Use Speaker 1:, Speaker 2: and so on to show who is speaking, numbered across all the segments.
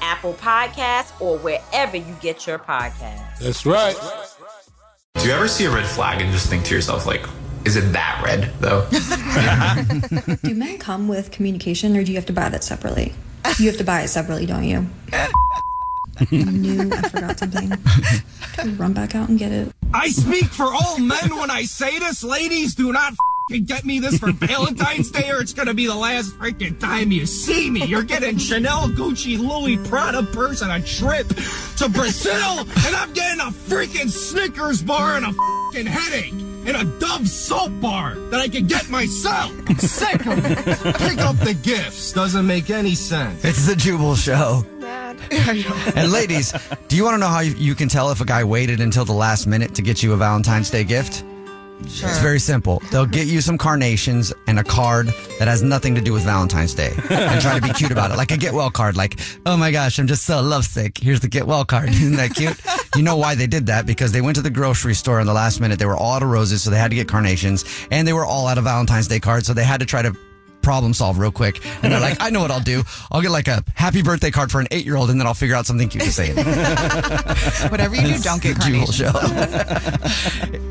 Speaker 1: Apple Podcasts, or wherever you get your podcasts.
Speaker 2: That's right.
Speaker 3: Do you ever see a red flag and just think to yourself, like, is it that red though?
Speaker 4: do men come with communication or do you have to buy that separately? You have to buy it separately, don't you? knew I forgot something. Can we run back out and get it?
Speaker 5: I speak for all men when I say this. Ladies, do not get me this for Valentine's Day or it's going to be the last freaking time you see me. You're getting Chanel, Gucci, Louis, Prada purse and a trip to Brazil, and I'm getting a freaking Snickers bar and a freaking headache and a Dove soap bar that I can get myself. I'm sick of it. Pick up the gifts. Doesn't make any sense.
Speaker 6: It's the Jubal Show. Mad. and ladies, do you want to know how you, you can tell if a guy waited until the last minute to get you a Valentine's Day gift? Sure. It's very simple. They'll get you some carnations and a card that has nothing to do with Valentine's Day and try to be cute about it. Like a get well card, like, oh my gosh, I'm just so lovesick. Here's the get well card. Isn't that cute? you know why they did that? Because they went to the grocery store in the last minute. They were all out of roses, so they had to get carnations and they were all out of Valentine's Day cards, so they had to try to problem solve real quick. And they're like, I know what I'll do. I'll get like a happy birthday card for an eight year old and then I'll figure out something cute to say.
Speaker 7: Whatever you do, don't get carnations. Show.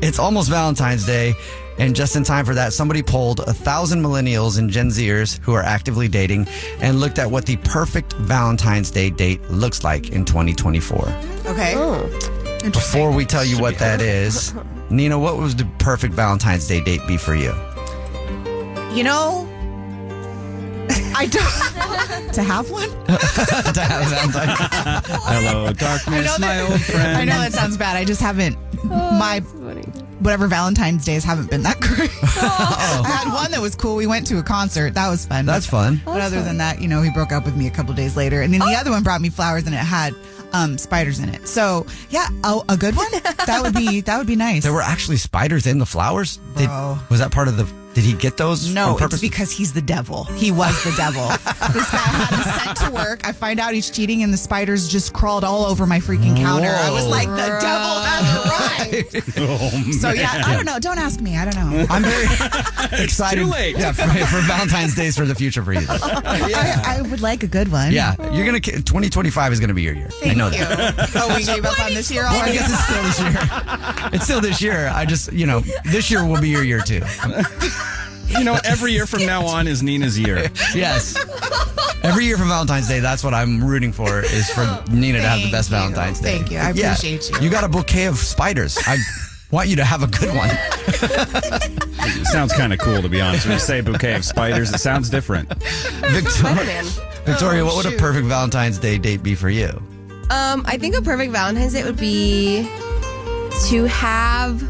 Speaker 6: it's almost Valentine's Day. And just in time for that, somebody polled a thousand millennials and Gen Zers who are actively dating and looked at what the perfect Valentine's Day date looks like in 2024.
Speaker 7: Okay.
Speaker 6: Oh. Before we tell you Should what that is, Nina, what was the perfect Valentine's Day date be for you?
Speaker 7: You know, I don't. to have one?
Speaker 6: to have Valentine's.
Speaker 8: Hello, darkness, my
Speaker 7: that,
Speaker 8: old friend.
Speaker 7: I know that sounds bad. I just haven't. Oh, my whatever Valentine's days haven't been that great. Oh. I had one that was cool. We went to a concert. That was fun.
Speaker 6: That's but, fun.
Speaker 7: But other fun. than that, you know, he broke up with me a couple days later, and then the oh. other one brought me flowers, and it had um, spiders in it. So yeah, a, a, good one. That would be that would be nice.
Speaker 6: There were actually spiders in the flowers. Did, was that part of the? Did he get those?
Speaker 7: No, it's because he's the devil. He was the devil. this guy had him sent to work. I find out he's cheating, and the spiders just crawled all over my freaking Whoa. counter. I was like, the devil has arrived. oh, so yeah, I don't know. Don't ask me. I don't know.
Speaker 6: I'm very excited. Yeah, for, for, Valentine's Days for the future for you. yeah.
Speaker 7: I, I, would like a good one.
Speaker 6: Yeah, you're gonna. 2025 is gonna be your year.
Speaker 7: Thank I know you. that. Oh, we gave up on this year already.
Speaker 6: I guess it's still this year. It's still this year. I just, you know, this year will be your year too.
Speaker 8: You know, every year from now on is Nina's year.
Speaker 6: yes. Every year for Valentine's Day, that's what I'm rooting for
Speaker 8: Oh,
Speaker 6: is for Nina Thank to have the best
Speaker 7: you.
Speaker 6: Valentine's Day.
Speaker 7: Thank you. I appreciate
Speaker 6: yeah.
Speaker 7: you.
Speaker 6: You got a bouquet of spiders. I want you to have a good one.
Speaker 3: It sounds kind of cool, to be honest. When you say bouquet of spiders, it sounds different.
Speaker 6: Victoria, Victoria, what would
Speaker 8: Oh,
Speaker 6: a perfect Valentine's Day date be for you?
Speaker 9: Oh, Um, I think a perfect Valentine's Day would be to have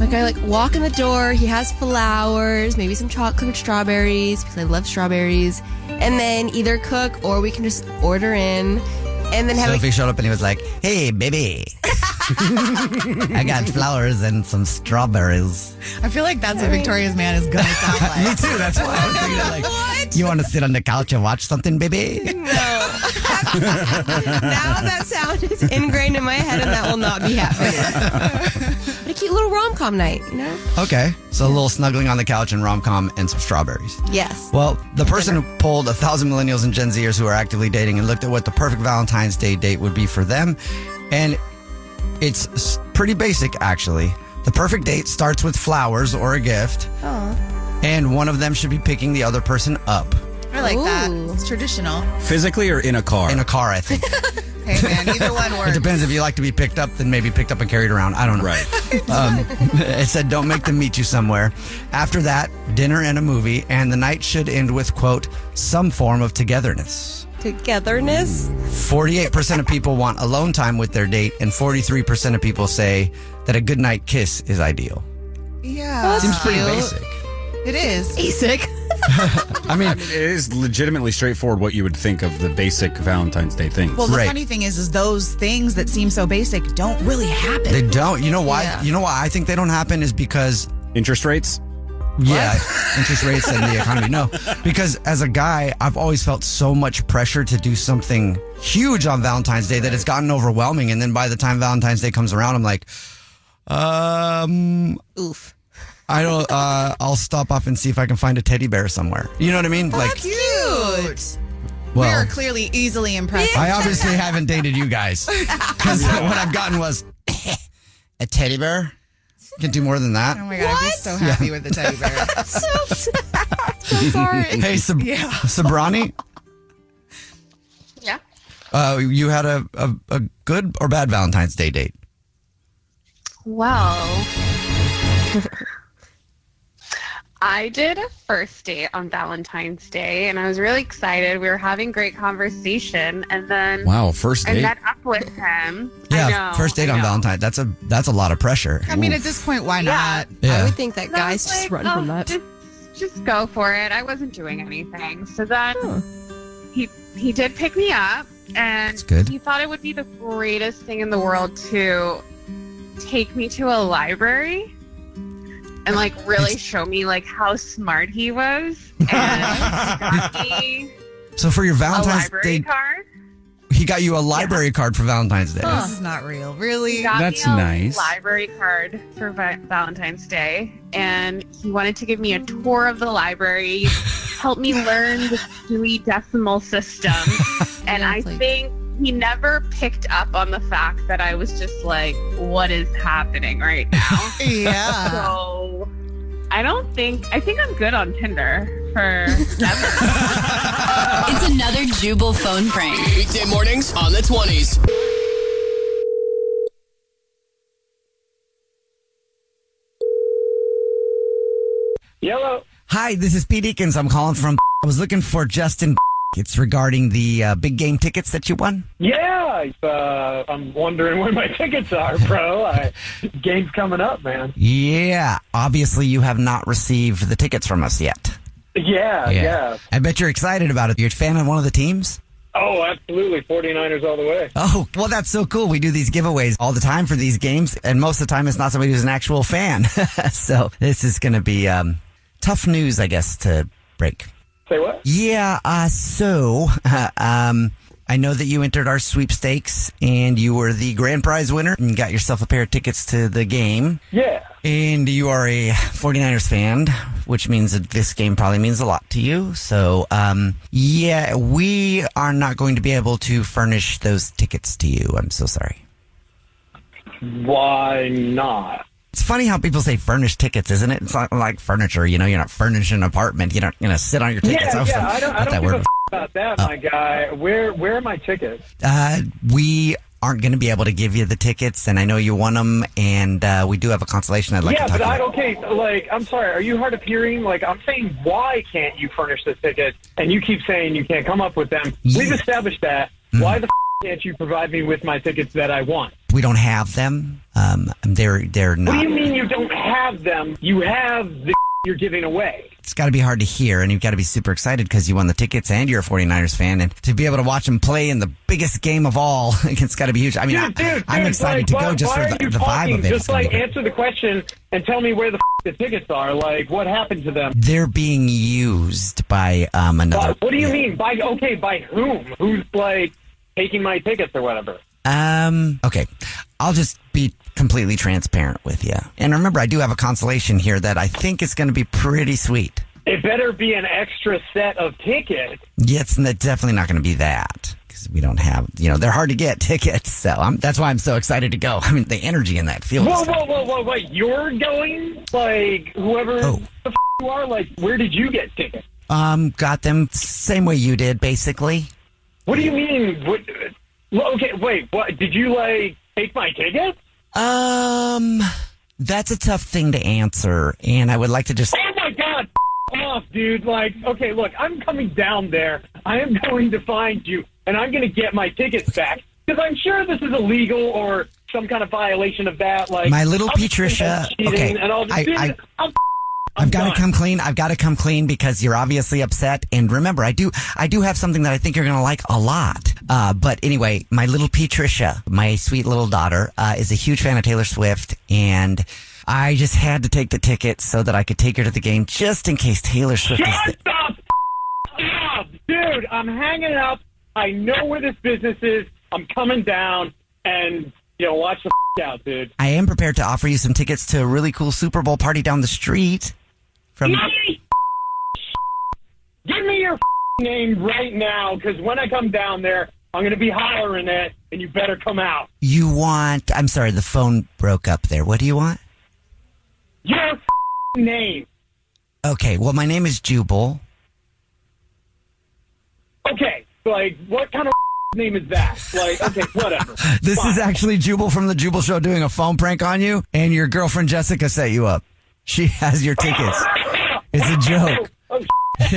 Speaker 9: my guy like walk in the door. He has flowers, maybe some chocolate strawberries because I love strawberries, and then either cook or we can just order in, and then have
Speaker 6: Sophie showed up and he was like, "Hey, baby, I got flowers and some strawberries."
Speaker 7: I feel like that's what Victoria's man is gonna sound like.
Speaker 6: Me too. That's why I was thinking that, like, you want to sit on the couch and watch something, baby?
Speaker 9: now that sound is ingrained in my head, and that will not be happening. but a cute little rom com night, you know?
Speaker 6: Okay, so a little snuggling on the couch and rom com and some strawberries.
Speaker 9: Yes.
Speaker 6: Well, the person who polled a thousand millennials and Gen Zers who are actively dating and looked at what the perfect Valentine's Day date would be for them, and it's s- pretty basic actually. The perfect date starts with flowers or a gift, and one of them should be picking the other person up
Speaker 7: I like that. It's traditional.
Speaker 6: physically or in a car. In a car, I think.
Speaker 7: Hey man, either one
Speaker 6: It
Speaker 7: works.
Speaker 6: depends if you like to be picked up, then maybe picked up and carried around. I don't know. Right. Um, it said, don't make them meet you somewhere. After that, dinner and a movie, and the night should end with, quote, some form of togetherness.
Speaker 9: Togetherness.
Speaker 6: 48% of people want alone time with their date, and 43% of people say that a goodnight kiss is ideal.
Speaker 7: Yeah.
Speaker 6: Seems pretty basic.
Speaker 7: It is.
Speaker 9: Basic.
Speaker 3: I mean, it is legitimately straightforward what you would think of the basic Valentine's Day things.
Speaker 7: Well, the funny thing is, is those things that seem so basic don't really happen.
Speaker 6: They don't. You know why?
Speaker 7: Yeah.
Speaker 6: You know why I think they don't happen is because
Speaker 3: interest rates.
Speaker 6: Yeah, interest rates and the economy. No, because as a guy, I've always felt so much pressure to do something huge on Valentine's Day that it's gotten overwhelming. And then by the time Valentine's Day comes around, I'm like, um,
Speaker 9: oof.
Speaker 6: I don't. Uh, I'll stop off and see if I can find a teddy bear somewhere. You know what I mean? like,
Speaker 7: Oh, That's cute.
Speaker 6: Well-
Speaker 7: we are clearly easily impressed.
Speaker 6: I obviously haven't dated you guys because what I've gotten was a teddy bear. Can't do more than that.
Speaker 7: Oh my god, I'd be so happy with the teddy bear.
Speaker 9: sorry.
Speaker 6: hey, Sab-
Speaker 7: Yeah.
Speaker 6: Sabrani.
Speaker 10: Yeah?
Speaker 6: Uh, you had a, a, a good or bad Valentine's Day date.
Speaker 10: Well, I did a first date on Valentine's Day, and I was really excited. We were having great conversation, and then
Speaker 6: Wow, first
Speaker 10: I
Speaker 6: date?
Speaker 10: met up with him. I
Speaker 6: Yeah,
Speaker 10: know,
Speaker 6: first date
Speaker 10: I
Speaker 6: on
Speaker 10: know.
Speaker 6: Valentine's. That's a that's a lot of pressure.
Speaker 7: I mean, at this point, why not?
Speaker 6: Yeah. I would
Speaker 9: think that
Speaker 10: And I was like, "Oh, Just, just go for it. I wasn't doing anything. So then he he did pick me up, and
Speaker 6: good.
Speaker 10: he thought it would be the greatest thing in the world to take me to a library and like really show me like how smart he was. And got me
Speaker 6: So for your
Speaker 10: a
Speaker 6: Valentine's
Speaker 10: library
Speaker 6: Day,
Speaker 10: card.
Speaker 6: he got you a library card for Valentine's Day.
Speaker 10: Huh.
Speaker 7: This is not real. Really?
Speaker 10: He got
Speaker 6: That's
Speaker 10: me a
Speaker 6: nice.
Speaker 10: Library card for Va- Valentine's Day, and he wanted to give me a tour of the library, help me learn the Dewey Decimal System, and I think he never picked up on the fact that I was just like, "What is happening right now?"
Speaker 7: Yeah.
Speaker 10: So I don't think I think I'm good on Tinder for.
Speaker 11: It's another Jubal phone prank. Weekday mornings on the 20s.
Speaker 6: Yellow. Hi, this is Pete Eakins. I'm calling from. I was looking for Justin. It's regarding the uh, big game tickets that you won.
Speaker 12: Yeah, uh, I'm wondering where my tickets are, bro. I, game's coming up, man.
Speaker 6: Yeah, obviously you have not received the tickets from us yet.
Speaker 12: Uh, Yeah, yeah.
Speaker 6: I bet you're excited about it. You're a fan of one of the teams?
Speaker 12: Oh, absolutely. 49ers all the way.
Speaker 6: Oh, well, that's so cool. We do these giveaways all the time for these games, and most of the time it's not somebody who's an actual fan. so this is going to be um, tough news, I guess, to break.
Speaker 12: Say what?
Speaker 6: Yeah, uh, so um, I know that you entered our sweepstakes and you were the grand prize winner and got yourself a pair of tickets to the game.
Speaker 12: Yeah.
Speaker 6: And you are a 49ers fan, which means that this game probably means a lot to you. So, um, yeah, we are not going to be able to furnish those tickets to you. I'm so sorry.
Speaker 12: Why not?
Speaker 6: It's funny how people say furnish tickets, isn't it? It's not like furniture, you know, you're not furnishing an apartment. You're not going to sit on your tickets.
Speaker 12: yeah,
Speaker 6: I've
Speaker 12: yeah.
Speaker 6: thought-
Speaker 12: I don't, I
Speaker 6: thought
Speaker 12: don't give a
Speaker 6: word
Speaker 12: f- about that, my guy. Where, where are my tickets?
Speaker 6: Uh, we aren't going to be able to give you the tickets, and I know you won them, and uh, we do have a consolation I'd like
Speaker 12: yeah,
Speaker 6: to talk
Speaker 12: but
Speaker 6: about.
Speaker 12: I don't. Okay, like I'm sorry. Are you hard of hearing? Like I'm saying, why can't you furnish the ticket? And you keep saying you can't come up with them. We've established that.
Speaker 6: Hmm.
Speaker 12: Why the f- can't you provide me with my tickets that I want?
Speaker 6: we don't have them. Um, they're they're
Speaker 12: What do
Speaker 6: not.
Speaker 12: you mean you don't have them? You have the f- you're giving away.
Speaker 6: It's got to be hard to hear, and you've got to be super excited because you won the tickets and you're a 49ers fan, and to be able to watch them play in the biggest game of all, it's got to be huge. I mean,
Speaker 12: dude,
Speaker 6: I,
Speaker 12: dude,
Speaker 6: I'm
Speaker 12: dude,
Speaker 6: excited
Speaker 12: like,
Speaker 6: to
Speaker 12: why-
Speaker 6: go just
Speaker 12: why
Speaker 6: for
Speaker 12: are
Speaker 6: the,
Speaker 12: you
Speaker 6: the vibe
Speaker 12: talking?
Speaker 6: of it. It's
Speaker 12: Just
Speaker 6: gonna be
Speaker 12: like
Speaker 6: great.
Speaker 12: answer the question and tell me where the f- the tickets are. Like what happened to them?
Speaker 6: They're being used by um, another.
Speaker 12: What do you mean by okay? By whom? Who's like taking my tickets or whatever?
Speaker 6: Um. Okay, I'll just be completely transparent with you. And remember, I do have a consolation here that I think is going to be pretty sweet.
Speaker 12: It better be an extra set of tickets.
Speaker 6: Yeah, it's n- definitely not going to be that because we don't have. You know, they're hard to get tickets, so I'm, that's why I'm so excited to go. I mean, the energy in that field. is-
Speaker 12: Whoa, whoa, whoa, whoa, whoa! You're going like whoever
Speaker 6: Oh.
Speaker 12: the f- you are. Like, where did you get tickets?
Speaker 6: Um, got them same way you did, basically.
Speaker 12: What do you mean? What? well, Okay, wait. What did you like? Take my tickets?
Speaker 6: Um, that's a tough thing to answer, and I would like to just.
Speaker 12: Oh my god! f- Off, dude. Like, okay, look, I'm coming down there. I am going to find you, and I'm going to get my tickets back because I'm sure this is illegal or some kind of violation of that. Like,
Speaker 6: My little
Speaker 12: I'll just think
Speaker 6: Patricia-
Speaker 12: that's cheating,
Speaker 6: okay,
Speaker 12: and I'll just,
Speaker 6: I-
Speaker 12: dude,
Speaker 6: I-
Speaker 12: I'll
Speaker 6: I've got to come clean. I've got to come clean because you're obviously upset. And remember, I do, I do have something that I think you're going to like a lot. Uh, but anyway, my little Patricia, my sweet little daughter, uh, is a huge fan of Taylor Swift and I just had to take the ticket so that I could take her to the game just in case Taylor Swift is
Speaker 12: Shut the f- up, dude. I'm hanging up. I know where this business is. I'm coming down, and you know, watch the f- out, dude.
Speaker 6: I am prepared to offer you some tickets to a really cool Super Bowl party down the street from
Speaker 12: Give me your f- name right now, because when I come down there, I'm going to be hollering it, and you better come out.
Speaker 6: you want I'm sorry, the phone broke up there. What do you want?
Speaker 12: Your f- name.
Speaker 6: Okay, well my name is Jubal.
Speaker 12: Okay, like, what kind of f- name is that? Like, okay, whatever.
Speaker 6: This is actually Jubal from the Jubal Show doing a phone prank on you, and your girlfriend Jessica set you up. She has your tickets. It's a joke.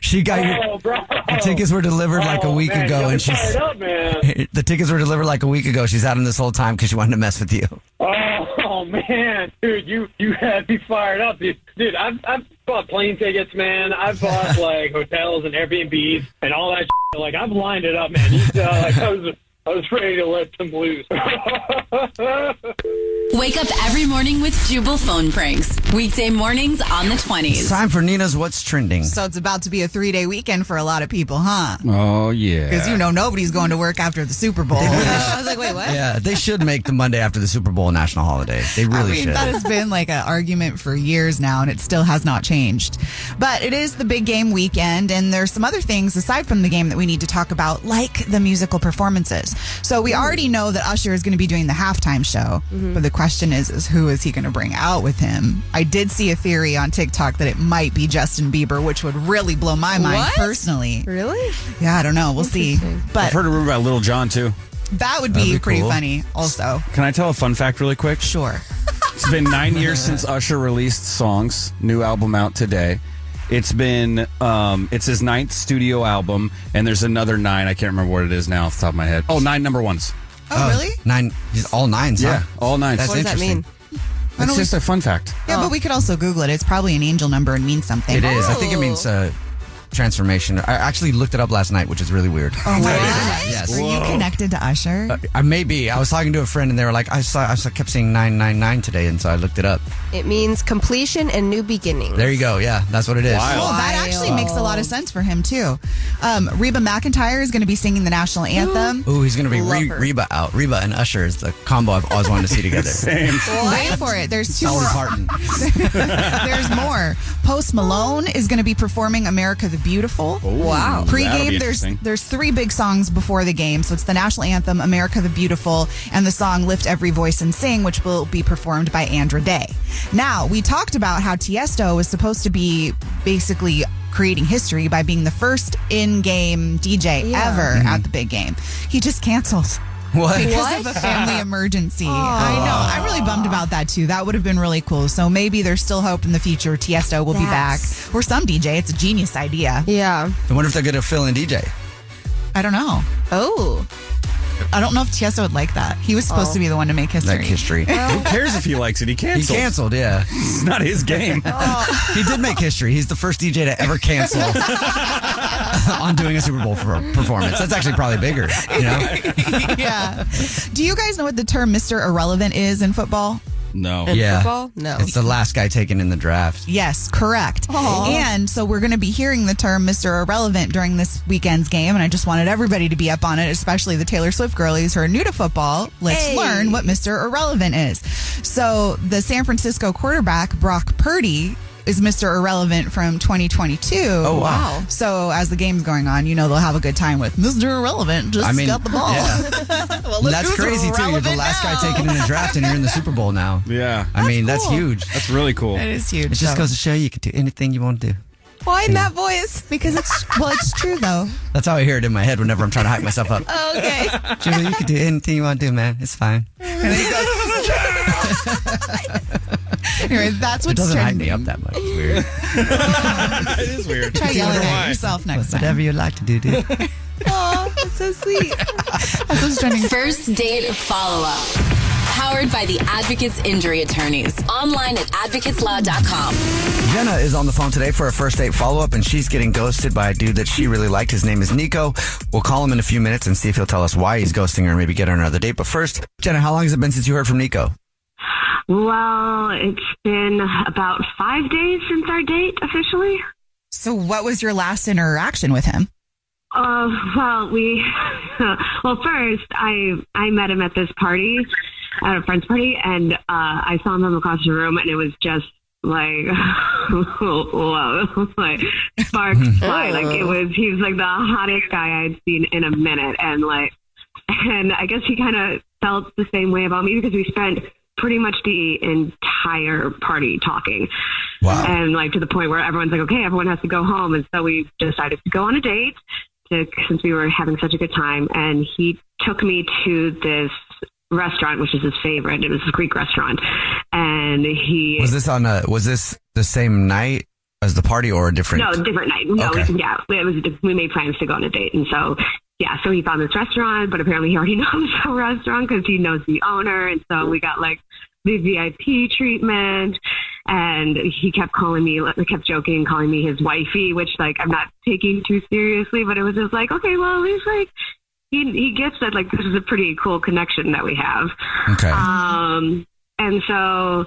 Speaker 6: she got
Speaker 12: Oh,
Speaker 6: your
Speaker 12: bro.
Speaker 6: the tickets were delivered like a week
Speaker 12: man,
Speaker 6: ago,
Speaker 12: you're
Speaker 6: and she's
Speaker 12: fired up, man.
Speaker 6: the tickets were delivered like a week ago. She's had them this whole time because she wanted to mess with you.
Speaker 12: Oh, oh, man, dude, you you had me fired up, dude. Dude, I've I've bought plane tickets, man. I've bought like hotels and Airbnbs and all that. Shit. Like I've lined it up, man. You, uh, like, I was I was ready to let them loose.
Speaker 13: Wake up every morning with Jubal phone pranks. Weekday mornings on the 20s.
Speaker 6: Time for Nina's What's Trending.
Speaker 7: So it's about to be a three day weekend for a lot of people, huh?
Speaker 6: Oh yeah,
Speaker 7: Because you know nobody's going to work after the Super Bowl. I was like, wait, what?
Speaker 6: Yeah, they should make the Monday after the Super Bowl a national holiday. They really
Speaker 7: I mean,
Speaker 6: should.
Speaker 7: that has been like an argument for years now, and it still has not changed. But it is the big game weekend, and there's some other things aside from the game that we need to talk about, like the musical performances. So we already know that Usher is going to be doing the halftime show, but the question is, is who is he going to bring out with him? I did see a theory on TikTok that it might be Justin Bieber, which would really blow my mind
Speaker 9: What?
Speaker 7: personally. Really? Yeah, I don't know. We'll see.
Speaker 3: I've
Speaker 7: But
Speaker 3: heard a rumor about Little John too.
Speaker 7: that would
Speaker 3: That'd
Speaker 7: be,
Speaker 3: be
Speaker 7: pretty
Speaker 3: cool.
Speaker 7: funny, also.
Speaker 3: Can I tell a fun fact really quick?
Speaker 7: Sure.
Speaker 3: it's been nine years since Usher released songs. New album out today. It's been um, it's his ninth studio album, and there's another nine. I can't remember what it is now off the top of my head. Oh, nine number ones.
Speaker 7: Oh, really?
Speaker 6: Nine, just all nines.
Speaker 3: Yeah,
Speaker 6: huh?
Speaker 3: all nines.
Speaker 6: That's interesting.
Speaker 7: Why
Speaker 3: It's
Speaker 7: don't we-
Speaker 3: just a fun fact.
Speaker 7: Yeah, but we could also Google it. It's probably an angel number and means something.
Speaker 6: Oh. It is. I think it
Speaker 7: Oh.
Speaker 6: means uh, transformation. I actually looked it up last night, which is really weird.
Speaker 7: Oh, what?
Speaker 6: Yes.
Speaker 7: Were you connected to Usher?
Speaker 6: Uh, maybe I was talking to a friend, and they were like, "I saw, I saw, kept seeing nine nine nine today," and so I looked it up.
Speaker 9: It means completion and new beginning.
Speaker 6: There you go. Yeah, that's what it is.
Speaker 7: Well, that actually makes a lot of sense for him too. Um, Reba McIntyre is going to be singing the national anthem.
Speaker 6: Ooh, he's gonna be
Speaker 7: Love
Speaker 6: Re-
Speaker 7: her.
Speaker 6: Reba out. Reba and Usher is the combo I've always wanted to see together.
Speaker 3: Same.
Speaker 7: Wait for it. There's two
Speaker 6: Dolly
Speaker 7: more.
Speaker 6: Parton.
Speaker 7: there's more. Post Malone is going to be performing "America the Beautiful."
Speaker 3: Wow. that'll be
Speaker 7: Pre-game, there's
Speaker 3: interesting.
Speaker 7: there's three big songs before the game, so it's the national anthem, "America the Beautiful," and the song "Lift Every Voice and Sing," which will be performed by Andra Day. Now, we talked about how Tiesto was supposed to be basically creating history by being the first in-game DJ
Speaker 9: Yeah.
Speaker 3: Mm-hmm.
Speaker 7: ever at the big game. He just canceled.
Speaker 6: What?
Speaker 7: Because
Speaker 6: What?
Speaker 7: of a family emergency. I know. I'm really bummed about that too. That would have been really cool. So maybe there's still hope in the future. Tiesto will be back. Or some DJ. It's a genius idea.
Speaker 9: Yeah.
Speaker 6: I wonder if they're going to fill in DJ.
Speaker 7: I don't know.
Speaker 9: Oh.
Speaker 7: I don't know if Tiesto would like that. He was supposed
Speaker 6: Oh.
Speaker 7: to be the one to make history.
Speaker 6: Like history.
Speaker 3: Who cares if he likes it? He
Speaker 6: He
Speaker 3: canceled.
Speaker 6: canceled, yeah.
Speaker 3: It's not his game.
Speaker 7: Oh.
Speaker 6: he did make history. He's the first DJ to ever cancel on doing a Super Bowl for performance. That's actually probably bigger, you know?
Speaker 7: yeah. Do you guys know what the term Mr. Irrelevant is in football?
Speaker 3: No.
Speaker 7: In football? No.
Speaker 6: It's the last guy taken in the draft.
Speaker 7: Yes, correct.
Speaker 6: Aw.
Speaker 7: And so we're going to be hearing the term Mr. Irrelevant during this weekend's game, and I just wanted everybody to be up on it, especially the Taylor Swift girlies who are new to football. Let's
Speaker 9: Hey.
Speaker 7: learn what Mr. Irrelevant is. So the San Francisco quarterback, Brock Purdy, is Mr. Irrelevant from 2022. Oh,
Speaker 6: wow.
Speaker 7: So as the game's going on, you know they'll have a good time with Mr. Irrelevant just
Speaker 6: I mean,
Speaker 7: got the ball.
Speaker 6: yeah.
Speaker 7: Well, look
Speaker 6: that's
Speaker 7: who's
Speaker 6: crazy, too. You're the
Speaker 7: irrelevant
Speaker 6: last
Speaker 7: now.
Speaker 6: guy taken in the draft, and you're in the Super Bowl now.
Speaker 3: Yeah.
Speaker 6: I mean, that's
Speaker 9: cool.
Speaker 6: huge.
Speaker 3: That's really cool.
Speaker 7: That is huge,
Speaker 6: It just
Speaker 7: though.
Speaker 6: goes to show you can do anything you want to do.
Speaker 9: Why in that voice?
Speaker 7: Because it's well, it's true though.
Speaker 6: That's how I hear it in my head whenever I'm trying to hype myself up.
Speaker 9: Okay.
Speaker 6: Julie, you can do anything you want to do, man. It's fine.
Speaker 7: anyway, that's
Speaker 6: it
Speaker 7: what's
Speaker 6: doesn't hype
Speaker 7: trending.
Speaker 6: me up that much. It's weird.
Speaker 3: It is weird.
Speaker 7: Try yelling at yourself next time.
Speaker 6: Whatever you like to do, dude.
Speaker 7: Oh, that's so sweet. That's what's trending.
Speaker 13: First date follow up. Powered by the Advocates Injury Attorneys. Online at advocateslaw.com.
Speaker 6: Jenna is on the phone today for a first date follow up, and she's getting ghosted by a dude that she really liked. His name is Nico. We'll call him in a few minutes and see if he'll tell us why he's ghosting her and maybe get her another date. But first, Jenna, how long has it been since you heard from Nico?
Speaker 14: Well, Uh, it's been about five days since our date officially.
Speaker 7: So, what was your last interaction with him?
Speaker 14: Uh, well, we, well, first I I met him at this party, at a friend's party, and uh, I saw him across the room, and it was just like, whoa, like sparks fly. Like it was, he was like the hottest guy I'd seen in a minute, and like, and I guess he kind of felt the same way about me because we spent pretty much the entire party talking.
Speaker 6: Wow.
Speaker 14: And like to the point where everyone's like, okay, everyone has to go home. And so we decided to go on a date to, since we were having such a good time. And he took me to this restaurant, which is his favorite. It was a Greek restaurant. And he
Speaker 6: Was this on a? Was this the same night as the party or a different?
Speaker 14: No, different night. No,
Speaker 6: Okay.
Speaker 14: it was, yeah, it was. We made plans to go on a date, and so yeah, so he found this restaurant, but apparently he already knows the restaurant because he knows the owner, and so we got like the VIP treatment. And he kept calling me, like, kept joking, calling me his wifey, which like I'm not taking too seriously, but it was just like, okay, well, he's like, he he gets that like this is a pretty cool connection that we have.
Speaker 6: Okay.
Speaker 14: Um, and so,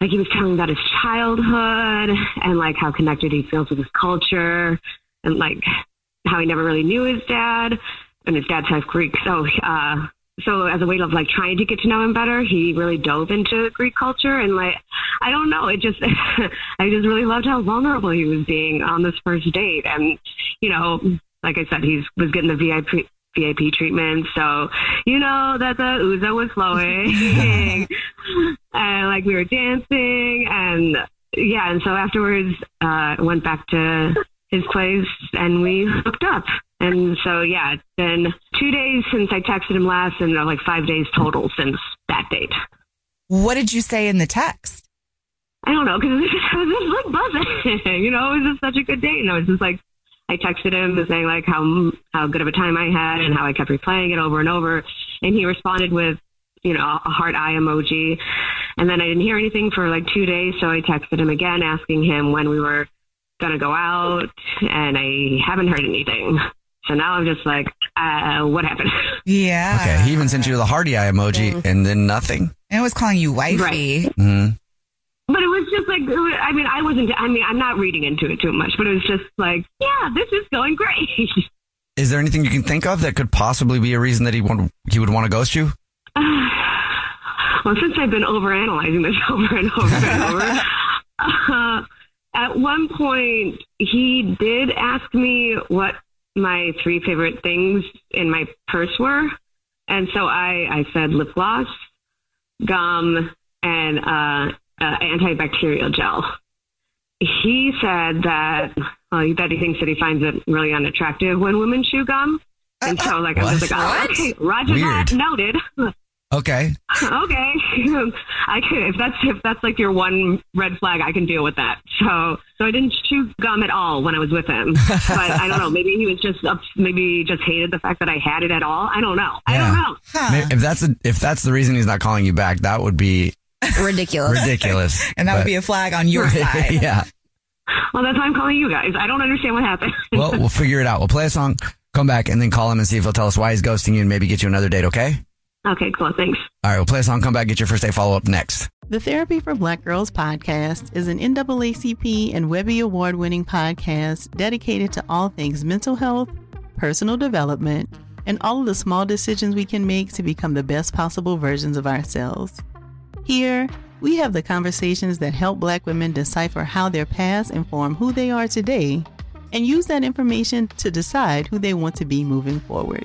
Speaker 14: like, he was telling me about his childhood and like how connected he feels with his culture, and like how he never really knew his dad, and his dad's half Greek. So, uh, so as a way of like trying to get to know him better, he really dove into Greek culture, and like, I don't know, it just, I just really loved how vulnerable he was being on this first date, and you know, like I said, he was getting the VIP. VIP treatment, so you know that the ouzo was flowing. and like we were dancing and yeah and so afterwards uh went back to his place and we hooked up and so yeah it's been two days since i texted him last and uh, like five days total since that date
Speaker 7: What did you say in the text?
Speaker 14: I don't know because it was just like buzzing. you know, it was just such a good date, and I was just like, I texted him saying like how how good of a time I had and how I kept replaying it over and over, and he responded with you know a heart eye emoji, and then I didn't hear anything for like two days, so I texted him again asking him when we were gonna go out, and I haven't heard anything. So now I'm just like, uh, what happened?
Speaker 7: Yeah.
Speaker 6: Okay. He even sent you the hearty eye emoji
Speaker 14: Mm.
Speaker 6: and then nothing.
Speaker 7: And I was calling you wifey.
Speaker 6: Mm.
Speaker 14: But it was just like, it was- I mean, I wasn't, I mean, I'm not reading into it too much, but it was just like, yeah, this is going great.
Speaker 6: Is there anything you can think of that could possibly be a reason that he want, he would want to ghost you?
Speaker 14: well, since I've been overanalyzing this over and over and over, uh, at one point he did ask me what my three favorite things in my purse were, and so I I said lip gloss, gum, and uh, uh, antibacterial gel. He said that well, that he thinks that he finds it really unattractive when women chew gum. And so like I was
Speaker 6: What?
Speaker 14: like, all right, Roger that,
Speaker 6: Weird.
Speaker 14: noted.
Speaker 6: Okay.
Speaker 14: okay, I can if that's if that's like your one red flag, I can deal with that. So so I didn't chew gum at all when I was with him. But I don't know, maybe he was just up, maybe he just hated the fact that I had it at all. I don't know. I don't know.
Speaker 6: May- If that's a, if that's the reason he's not calling you back, that would be
Speaker 14: Ridiculous.
Speaker 6: ridiculous.
Speaker 14: And that would
Speaker 6: But-
Speaker 14: be a flag on your side.
Speaker 6: yeah.
Speaker 14: Well, that's why I'm calling you guys. I don't understand what happened.
Speaker 6: Well, we'll figure it out. We'll play a song, come back, and then call him and see if he'll tell us why he's ghosting you and maybe get you another date. Okay.
Speaker 14: Okay, cool. Thanks.
Speaker 6: All right. We'll play a song, come back, get your first date follow up next.
Speaker 15: The Therapy for Black Girls podcast is an NAACP and Webby Award winning podcast dedicated to all things mental health, personal development, and all of the small decisions we can make to become the best possible versions of ourselves. Here, we have the conversations that help Black women decipher how their past inform who they are today and use that information to decide who they want to be moving forward.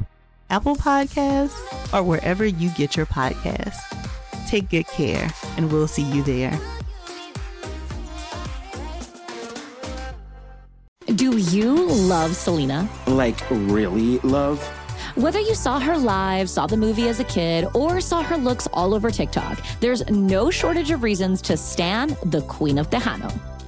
Speaker 15: Apple Podcasts, or wherever you get your podcasts. Take good care, and we'll see you there.
Speaker 16: Do you love Selena?
Speaker 17: Like, really love?
Speaker 16: Whether you saw her live, saw the movie as a kid, or saw her looks all over TikTok, there's no shortage of reasons to stan the Queen of Tejano.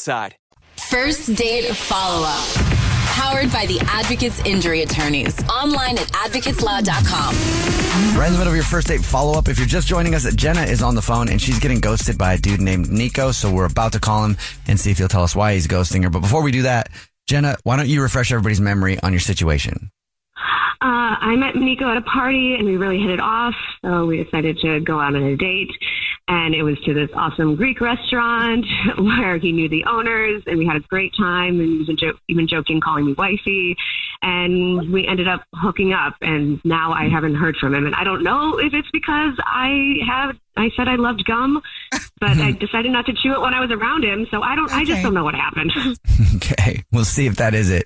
Speaker 18: Side.
Speaker 13: First date follow up. Powered by the Advocates Injury Attorneys. Online at advocateslaw.com.
Speaker 6: Right in the middle of your first date follow up. If you're just joining us, Jenna is on the phone and she's getting ghosted by a dude named Nico. So we're about to call him and see if he'll tell us why he's ghosting her. But before we do that, Jenna, why don't you refresh everybody's memory on your situation?
Speaker 10: Uh, I met Nico at a party and we really hit it off. So we decided to go out on a date. And it was to this awesome Greek restaurant where he knew the owners and we had a great time and he was jo- even joking, calling me wifey. And we ended up hooking up and now I haven't heard from him. And I don't know if it's because I have, I said I loved gum, but I decided not to chew it when I was around him. So I don't, I just don't know what happened.
Speaker 6: Okay. We'll see if that is it.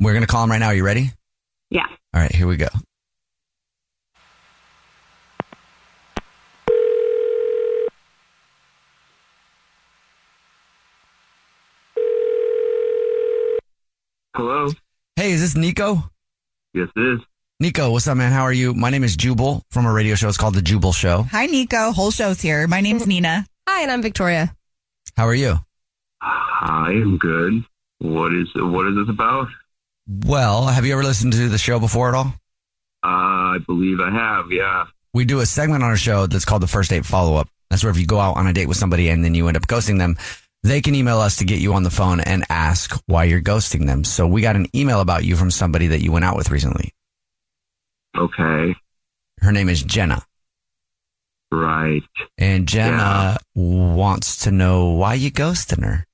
Speaker 6: We're going to call him right now. Are you ready?
Speaker 10: yeah.
Speaker 6: All right. Here we go.
Speaker 19: Hello.
Speaker 6: Hey, is this Nico?
Speaker 19: Yes, it is.
Speaker 6: Nico, what's up, man? How are you? My name is Jubal from a radio show. It's called The Jubal Show.
Speaker 7: Hi, Nico. Whole show's here. My name's
Speaker 14: Mm-hmm.
Speaker 7: Nina.
Speaker 9: Hi, and I'm Victoria.
Speaker 6: How are you?
Speaker 19: I am good. What is what is this about?
Speaker 6: Well, have you ever listened to the show before at all?
Speaker 19: Uh, I believe I have. Yeah.
Speaker 6: We do a segment on our show that's called the first date follow up. That's where if you go out on a date with somebody and then you end up ghosting them, they can email us to get you on the phone and ask why you're ghosting them. So we got an email about you from somebody that you went out with recently.
Speaker 19: Okay.
Speaker 6: Her name is Jenna.
Speaker 19: Right.
Speaker 6: And Jenna wants to know why you ghosting her.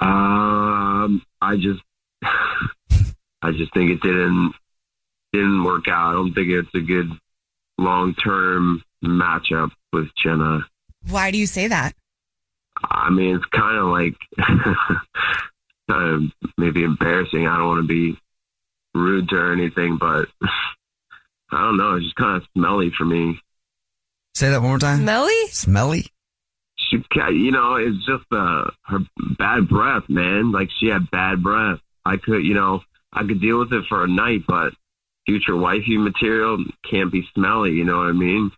Speaker 19: Um, I just I just think it didn't didn't work out. I don't think it's a good long term matchup with Jenna.
Speaker 7: Why do you say that?
Speaker 19: I mean, it's kind of like kind of maybe embarrassing. I don't want to be rude to her or anything, but I don't know. It's just kind of smelly for me.
Speaker 6: Say that one more time.
Speaker 9: Smelly?
Speaker 6: Smelly?
Speaker 19: She, ca- you know, it's just uh, her bad breath, man. Like she had bad breath. I could, you know, I could deal with it for a night, but future wifey material can't be smelly. You know what I mean?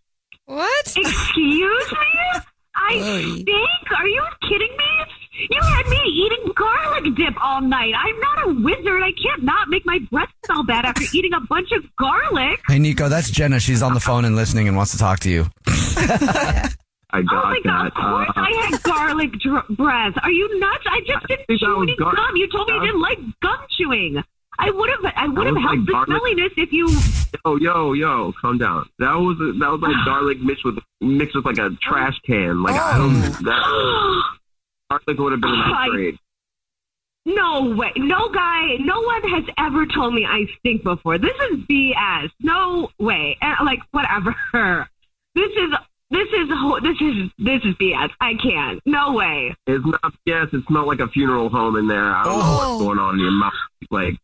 Speaker 14: What? Excuse me? I stink? Are you kidding me? You had me eating garlic dip all night. I'm not a wizard. I can't not make my breath smell bad after eating a bunch of garlic.
Speaker 6: Hey, Nico, that's Jenna. She's on the phone and listening and wants to talk to you.
Speaker 19: I Ah.
Speaker 14: Oh my god, of course
Speaker 19: Uh,
Speaker 14: I had garlic dr- breath. Are you nuts? I just didn't chew any
Speaker 19: gar-
Speaker 14: gum. You told me you didn't like gum chewing. I would have I would have
Speaker 19: was
Speaker 14: helped
Speaker 19: like
Speaker 14: the
Speaker 19: garlic-
Speaker 14: smelliness if you
Speaker 19: Yo, yo, yo, calm down. That was that was like garlic mixed with mixed with like a trash can. Like I don't
Speaker 14: Oh.
Speaker 19: that garlic would have been an
Speaker 14: I-
Speaker 19: upgrade.
Speaker 14: No way. No guy, no one has ever told me I stink before. This is BS. No way. And, like whatever. This is this is ho- this is this is BS. I can't. No way.
Speaker 19: It's not yes, it smelled like a funeral home in there. I don't know what's going on in your mouth. Like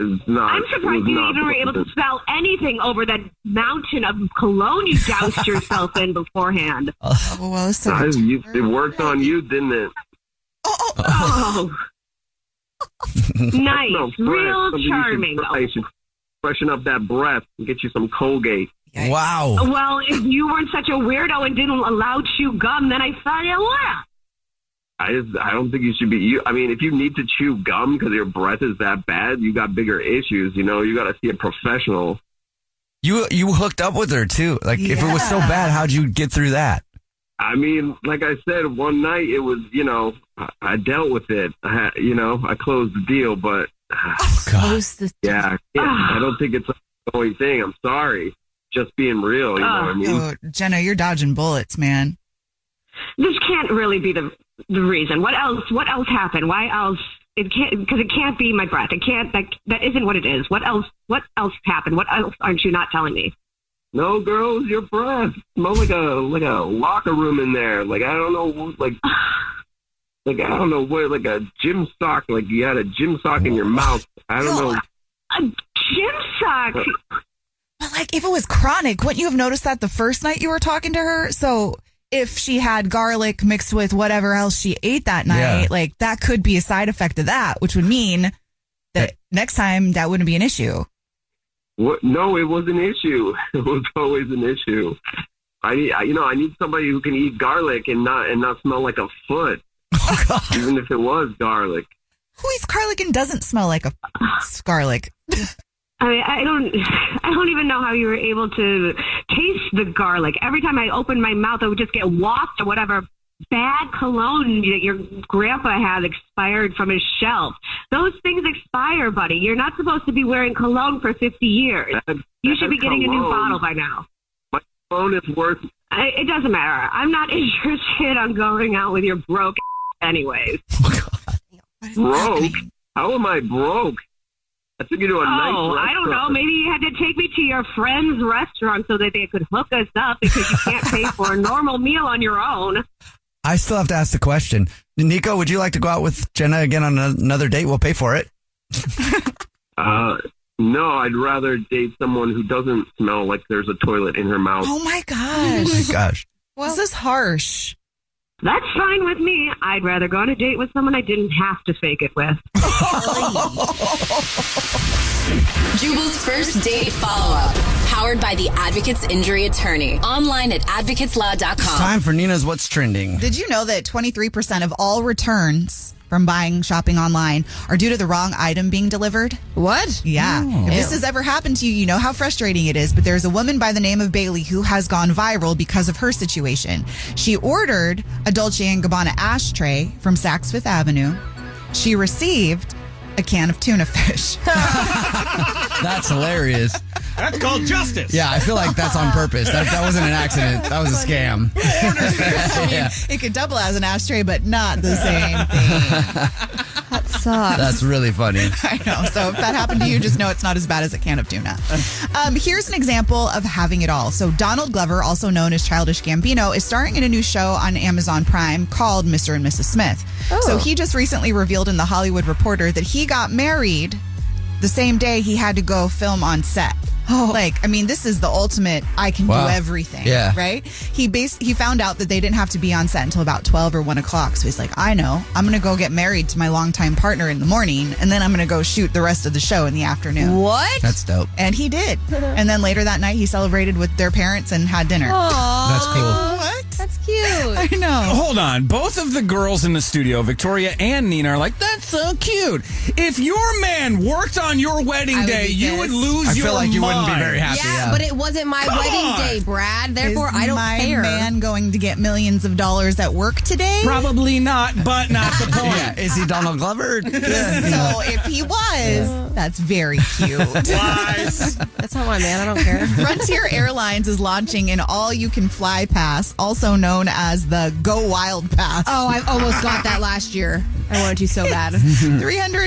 Speaker 19: it's not
Speaker 14: Oh. I'm surprised you even were able to smell anything over that mountain of cologne you doused yourself in beforehand.
Speaker 19: Oh, well, you, it worked on you, didn't it?
Speaker 14: Oh, Nice.
Speaker 19: No, fresh.
Speaker 14: Real
Speaker 19: Something you should
Speaker 14: charming.
Speaker 19: try. You should freshen up that breath and get you some Colgate.
Speaker 6: Wow.
Speaker 14: Well, if you weren't such a weirdo and didn't allow chew gum, then I thought I would have.
Speaker 19: I just I don't think you should be. You, I mean, if you need to chew gum because your breath is that bad, you got bigger issues. You know, you got to see a professional.
Speaker 6: You you hooked up with her too. Like if it was so
Speaker 19: Yeah.
Speaker 6: bad, how'd you get through that?
Speaker 19: I mean, like I said, one night it was. You know, I, I dealt with it. I, had- you know, I closed the deal, but yeah, I, can't- I don't think it's the only thing. I'm sorry, just being real. You know what I mean?
Speaker 7: Oh, Jenna, you're dodging bullets, man.
Speaker 14: This can't really be the the reason. What else? What else happened? Why else? It can't because it can't be my breath. It can't. That that isn't what it is. What else? What else happened? What else aren't you not telling me?
Speaker 19: No, girls, your breath smells like a like a locker room in there. Like I don't know, what- like like I don't know where, like a gym sock. Like you had a gym sock in your mouth. I don't know.
Speaker 14: A gym sock.
Speaker 7: But like, if it was chronic, wouldn't you have noticed that the first night you were talking to her? So if she had garlic mixed with whatever else she ate that night,
Speaker 6: Yeah.
Speaker 7: like that could be a side effect of that, which would mean that next time that wouldn't be an issue.
Speaker 19: What? No, it was an issue. It was always an issue. I, need, I, you know, I need somebody who can eat garlic and not and not smell like a foot, even if it was garlic.
Speaker 7: Who eats garlic and doesn't smell like a f- garlic?
Speaker 14: I mean, I don't, I don't even know how you were able to taste the garlic. Every time I opened my mouth, I would just get wafted or whatever bad cologne that your grandpa had expired from his shelf. Those things expire, buddy. You're not supposed to be wearing cologne for 50 years. you should be getting a new
Speaker 19: cologne.
Speaker 14: bottle by now.
Speaker 19: My phone is worth.
Speaker 14: I, it doesn't matter. I'm not interested on going out with your broke anyways.
Speaker 19: Broke? How am I broke? I took you to a nice
Speaker 14: Oh, I don't know.
Speaker 19: restaurant.
Speaker 14: Maybe you had to take me to your friend's restaurant so that they could hook us up because you can't pay for a normal meal on your own.
Speaker 6: I still have to ask the question. Nico, would you like to go out with Jenna again on a- another date? We'll pay for it.
Speaker 19: Uh, no, I'd rather date someone who doesn't smell like there's a toilet in her mouth.
Speaker 7: Oh my gosh.
Speaker 6: my gosh.
Speaker 7: this is harsh.
Speaker 14: That's fine with me. I'd rather go on a date with someone I didn't have to fake it with.
Speaker 13: Jubal's first date follow up. Powered by the Advocates Injury Attorney. Online at advocateslaw.com.
Speaker 6: Time for Nina's What's Trending.
Speaker 7: Did you know that 23% of all returns from buying shopping online are due to the wrong item being delivered? What? Yeah.
Speaker 20: Oh.
Speaker 7: If this
Speaker 20: Ew.
Speaker 7: has ever happened to you, you know how frustrating it is, but there's a woman by the name of Bailey who has gone viral because of her situation. She ordered a Dolce & Gabbana ashtray from Saks Fifth Avenue. She received a can of tuna fish.
Speaker 6: That's hilarious.
Speaker 21: That's called justice.
Speaker 6: Yeah, I feel like that's on purpose. That, that wasn't an accident. That was a scam. yeah.
Speaker 7: It could double as an ashtray, but not the same thing. that sucks.
Speaker 6: That's really funny.
Speaker 7: I know. So if that happened to you, just know it's not as bad as a can of tuna. Um, here's an example of having it all. So Donald Glover, also known as Childish Gambino, is starring in a new show on Amazon Prime called Mr. and Mrs. Smith.
Speaker 6: Oh.
Speaker 7: So he just recently revealed in The Hollywood Reporter that he got married the same day he had to go film on set. Like, I mean, this is the ultimate. I can
Speaker 6: Oh. Wow.
Speaker 7: do everything.
Speaker 6: Yeah.
Speaker 7: Right. He bas- he found out that they didn't have to be on set until about twelve or one o'clock. So he's like, I know. I'm gonna go get married to my longtime partner in the morning, and then I'm gonna go shoot the rest of the show in the afternoon.
Speaker 9: What?
Speaker 6: That's dope.
Speaker 7: And he did. and then later that night, he celebrated with their parents and had dinner.
Speaker 6: That's cool.
Speaker 7: What?
Speaker 9: That's cute. I
Speaker 7: know.
Speaker 3: Oh, Hold on. Both of the girls in the studio, Victoria and Nina, are like, that's so cute. If your man worked on your wedding
Speaker 9: would
Speaker 3: day,
Speaker 9: be
Speaker 3: you
Speaker 9: pissed.
Speaker 3: would lose
Speaker 6: I
Speaker 3: your
Speaker 6: feel like you wouldn't be
Speaker 3: mind.
Speaker 6: very happy,
Speaker 9: Yeah, but it wasn't my
Speaker 3: Come
Speaker 9: wedding
Speaker 3: on.
Speaker 9: day, Brad. Therefore,
Speaker 7: Is
Speaker 9: I don't
Speaker 7: my
Speaker 9: care.
Speaker 7: man going to get millions of dollars at work today?
Speaker 3: Probably not, but not the point.
Speaker 6: Yeah, is he Donald Glover?
Speaker 7: so if he was, that's very cute.
Speaker 9: That's not my man. I don't care.
Speaker 7: Frontier Airlines is launching an all you can fly pass, also known as the Go Wild Pass.
Speaker 9: Oh, I almost got that last year. I wanted you so bad.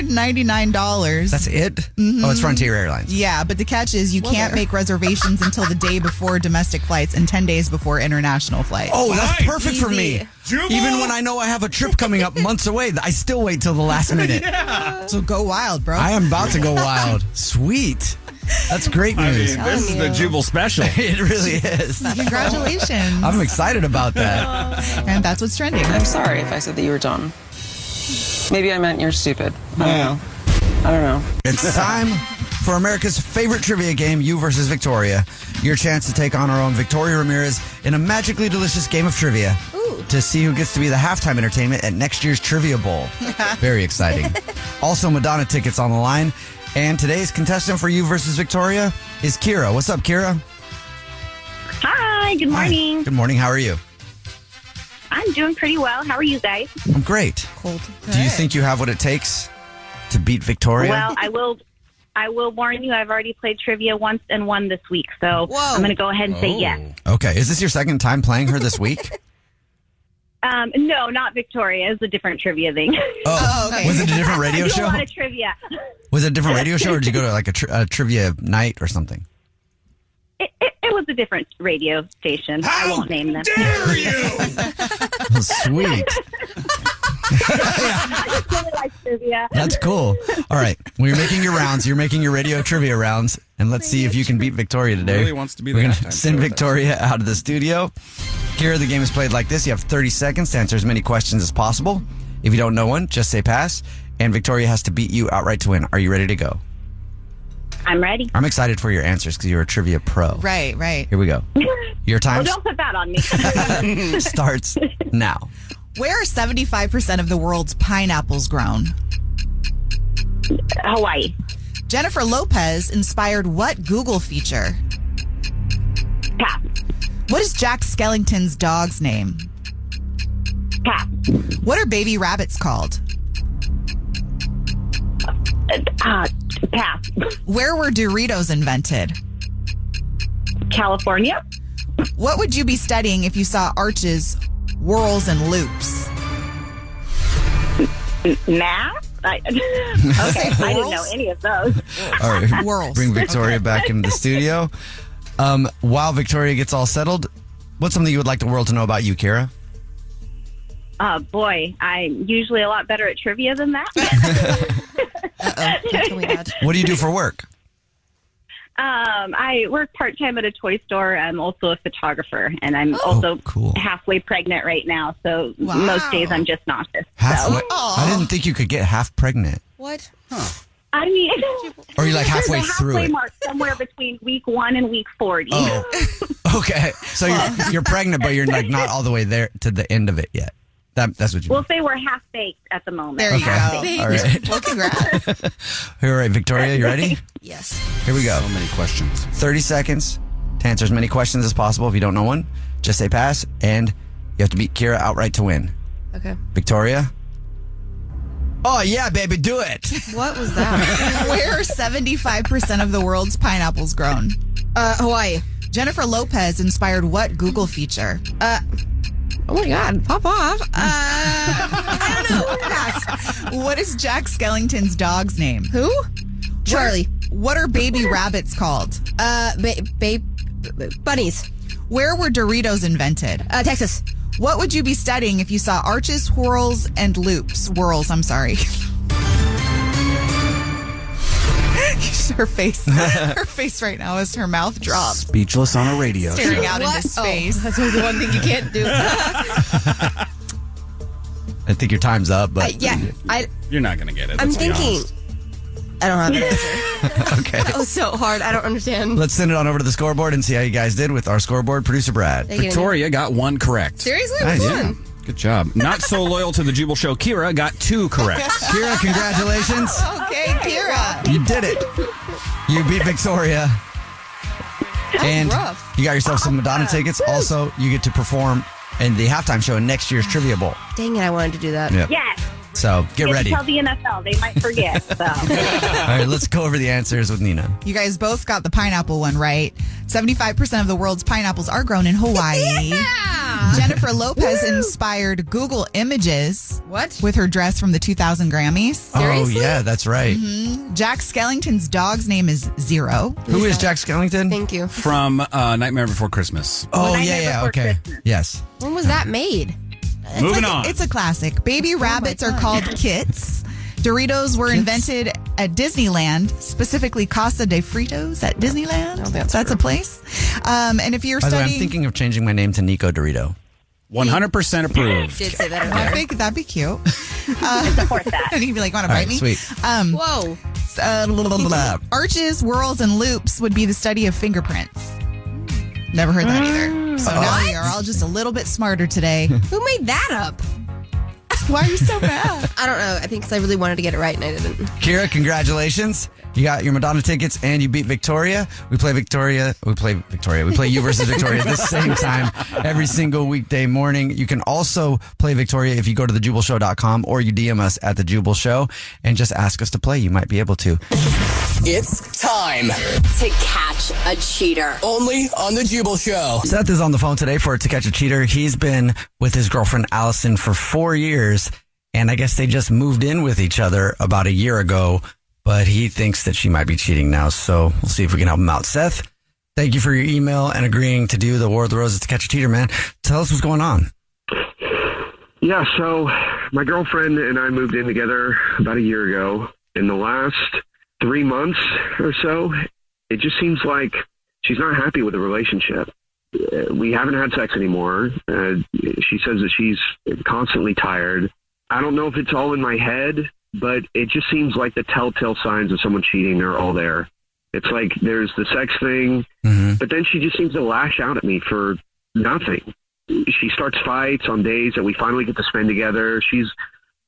Speaker 7: $399. Mm-hmm.
Speaker 6: That's it? Oh, it's Frontier Airlines.
Speaker 7: Yeah, but the catch is you
Speaker 6: Well,
Speaker 7: can't
Speaker 6: there.
Speaker 7: make reservations until the day before domestic flights and 10 days before international flights.
Speaker 6: Oh, that's perfect for me.
Speaker 7: Jubal.
Speaker 6: Even when I know I have a trip coming up months away, I still wait till the last minute.
Speaker 7: So go wild, bro.
Speaker 6: I am about to go wild. Sweet. That's great
Speaker 3: I
Speaker 6: news.
Speaker 3: mean, this is the Jubal special.
Speaker 6: it really is.
Speaker 7: Congratulations.
Speaker 6: I'm excited about that.
Speaker 7: and that's what's trending.
Speaker 22: I'm sorry if I said that you were dumb. Maybe I meant you're stupid. I don't know. I don't know.
Speaker 6: It's time for America's favorite trivia game, You versus Victoria. Your chance to take on our own Victoria Ramirez in a magically delicious game of trivia to see who gets to be the halftime entertainment at next year's Trivia Bowl. Very exciting. also, Madonna tickets on the line. And today's contestant for You versus Victoria is Kira. What's up, Kira?
Speaker 23: Hi, good morning.
Speaker 6: Good morning. How are you?
Speaker 23: I'm doing pretty well. How are you guys?
Speaker 6: I'm great.
Speaker 7: Cold.
Speaker 6: Do you think you have what it takes to beat Victoria?
Speaker 23: Well, I will I will warn you I've already played trivia once and won this week. So I'm going to go ahead and
Speaker 6: Oh.
Speaker 23: say yes.
Speaker 6: Okay. Is this your second time playing her this week?
Speaker 23: Um, no, not Victoria. It's a different trivia thing.
Speaker 6: Oh, okay. Was it a different radio
Speaker 23: I do
Speaker 6: show?
Speaker 23: A lot of trivia.
Speaker 6: Was it a different radio show, or did you go to like a, tri- a trivia night or something?
Speaker 23: It, it, it was a different radio station. I won't name them.
Speaker 6: Sweet.
Speaker 23: I just really like trivia.
Speaker 6: That's cool. All right. Well, you're making your rounds. You're making your radio trivia rounds. And let's see if you can beat Victoria today.
Speaker 3: Really wants to be
Speaker 6: We're
Speaker 3: the
Speaker 6: gonna
Speaker 3: halftime
Speaker 6: send
Speaker 3: show
Speaker 6: Victoria out of the studio. Here, the game is played like this. You have 30 seconds to answer as many questions as possible. If you don't know one, just say pass. And Victoria has to beat you outright to win. Are you ready to go?
Speaker 23: I'm ready.
Speaker 6: I'm excited for your answers because you're a trivia pro.
Speaker 7: Right, right.
Speaker 6: Here we go. Your
Speaker 23: Oh,
Speaker 6: time
Speaker 23: don't put that on me.
Speaker 6: starts now.
Speaker 7: Where are 75% of the world's pineapples grown?
Speaker 23: Hawaii.
Speaker 7: Jennifer Lopez inspired what Google feature?
Speaker 23: Cat.
Speaker 7: What is Jack Skellington's dog's name?
Speaker 23: Cat.
Speaker 7: What are baby rabbits called?
Speaker 23: Uh, pass.
Speaker 7: Where were Doritos invented?
Speaker 23: California.
Speaker 7: What would you be studying if you saw arches, whorls, and loops?
Speaker 23: Math? I, okay, I didn't know any of those.
Speaker 6: All right. Bring Victoria
Speaker 23: Okay.
Speaker 6: back into the studio. Um, while Victoria gets all settled, what's something you would like the world to know about you, Kara?
Speaker 23: Oh boy, I'm usually a lot better at trivia than that.
Speaker 6: What do you do for work?
Speaker 23: um, I work part time at a toy store. I'm also a photographer, and I'm
Speaker 6: Oh,
Speaker 23: also halfway pregnant right now. So
Speaker 6: Wow.
Speaker 23: most days I'm just nauseous.
Speaker 6: Halfway. I didn't think you could get half pregnant.
Speaker 23: What? I mean,
Speaker 6: Or you're, like,
Speaker 23: there's
Speaker 6: halfway
Speaker 23: a
Speaker 6: through
Speaker 23: halfway
Speaker 6: it.
Speaker 23: mark somewhere between week one and week forty.
Speaker 6: Oh. Okay, so you're, you're pregnant, but you're like not all the way there to the end of it yet. That, that's what you.
Speaker 23: We'll say we're half baked at the moment.
Speaker 6: There you
Speaker 23: Half
Speaker 6: go.
Speaker 23: baked.
Speaker 6: All right.
Speaker 7: Well, congrats.
Speaker 6: All right, Victoria, you ready?
Speaker 23: Yes.
Speaker 6: Here we go.
Speaker 3: So many questions.
Speaker 6: 30 seconds to answer as many questions as possible. If you don't know one, just say pass, and you have to beat Kira outright to win.
Speaker 9: Okay.
Speaker 6: Victoria? Oh, yeah, baby, do it.
Speaker 7: What was that? Where are 75% of the world's pineapples grown? Uh, Hawaii. Jennifer Lopez inspired what Google feature? Uh, oh my God, pop off. Uh, I don't know. Pass. What is Jack Skellington's dog's name? Who?
Speaker 9: Charlie.
Speaker 7: What are baby rabbits called? Uh, ba- ba- bunnies. Where were Doritos invented? Uh, Texas. What would you be studying if you saw arches, whirls, and loops? Whirls, I'm sorry.
Speaker 24: her face. her face right now is her mouth dropped,
Speaker 3: Speechless on a radio.
Speaker 24: staring
Speaker 3: show.
Speaker 24: out into space.
Speaker 9: that's the one thing you can't do.
Speaker 6: I think your time's up, but
Speaker 9: Uh, yeah, I,
Speaker 3: You're not gonna get it.
Speaker 9: I'm
Speaker 3: let's be
Speaker 9: thinking.
Speaker 3: honest.
Speaker 9: I don't have an answer.
Speaker 6: okay.
Speaker 9: That was so hard. I don't understand.
Speaker 6: Let's send it on over to the scoreboard and see how you guys did with our scoreboard producer Brad.
Speaker 9: Thank you. Victoria
Speaker 3: got one correct.
Speaker 9: Seriously,
Speaker 3: Nice.
Speaker 9: Which one?
Speaker 3: Yeah. Good job. Not so loyal to the Jubal Show. Kira got two correct.
Speaker 6: Kira, congratulations.
Speaker 24: Okay, Kira.
Speaker 6: You did it. You beat Victoria.
Speaker 24: was
Speaker 6: and
Speaker 24: rough.
Speaker 6: you got yourself some Madonna tickets. Also, you get to perform in the halftime show in next year's Trivia Bowl.
Speaker 9: Dang it, I wanted to do that.
Speaker 6: Yep. So get
Speaker 25: You
Speaker 6: ready.
Speaker 25: have
Speaker 6: All
Speaker 25: to Tell the NFL they might forget. So.
Speaker 6: right, let's go over the answers with Nina.
Speaker 24: You guys both got the pineapple one right. 75% of the world's pineapples are grown in Hawaii. Jennifer Lopez inspired Google Images. What? With her dress from the 2000 Grammys.
Speaker 6: Oh, yeah, that's right.
Speaker 3: Mm-hmm.
Speaker 24: Mhm. Jack Skellington's dog's name is Zero.
Speaker 6: Who is Jack Skellington?
Speaker 9: Thank you.
Speaker 3: From uh, Nightmare Before Christmas.
Speaker 6: Oh, yeah, yeah, okay. Yes.
Speaker 9: When was that made?
Speaker 24: It's
Speaker 3: Moving
Speaker 24: like-
Speaker 3: on.
Speaker 24: It's a classic. Baby rabbits are called kits. Doritos were invented at Disneyland, specifically Casa de Fritos at Disneyland. that's a place. Um, and if you're
Speaker 6: By the way, I'm
Speaker 24: studying,
Speaker 6: thinking of changing my name to Nico Dorito.
Speaker 3: 100% approved.
Speaker 9: did say that.
Speaker 24: I think that'd be cute. Uh, and you'd be like, want to
Speaker 6: All
Speaker 24: bite
Speaker 6: right,
Speaker 24: me?
Speaker 6: sweet.
Speaker 24: Um,
Speaker 9: Whoa.
Speaker 24: Uh, blah, blah, blah, blah.
Speaker 6: Blah.
Speaker 24: Arches, whorls, and loops would be the study of fingerprints. Never heard that either. So now we are all just a little bit smarter today.
Speaker 9: Who made that up?
Speaker 24: Why are you so mad?
Speaker 9: I don't know. I think because I really wanted to get it right and I didn't.
Speaker 6: Kira, congratulations. You got your Madonna tickets and you beat Victoria. We play Victoria. We play Victoria. We play you versus Victoria at the same time every single weekday morning. You can also play Victoria if you go to thejubelshow.com or you DM us at the Jubal Show and just ask us to play. You might be able to.
Speaker 11: It's time to catch a cheater. Only on the Jubal Show.
Speaker 6: Oh. Seth is on the phone today for To Catch a Cheater. He's been with his girlfriend Allison for four years, and I guess they just moved in with each other about a year ago. But he thinks that she might be cheating now, so we'll see if we can help him out. Seth, thank you for your email and agreeing to do the War of the Roses to catch a cheater, man. Tell us what's going on.
Speaker 26: Yeah, so my girlfriend and I moved in together about a year ago. In the last three months or so, it just seems like she's not happy with the relationship. Uh, We haven't had sex anymore. Uh, she says that she's constantly tired. I don't know if it's all in my head, but it just seems like the telltale signs of someone cheating are all there. It's like there's the sex thing, but then she just seems to lash out at me for nothing she starts fights on days that we finally get to spend together. She's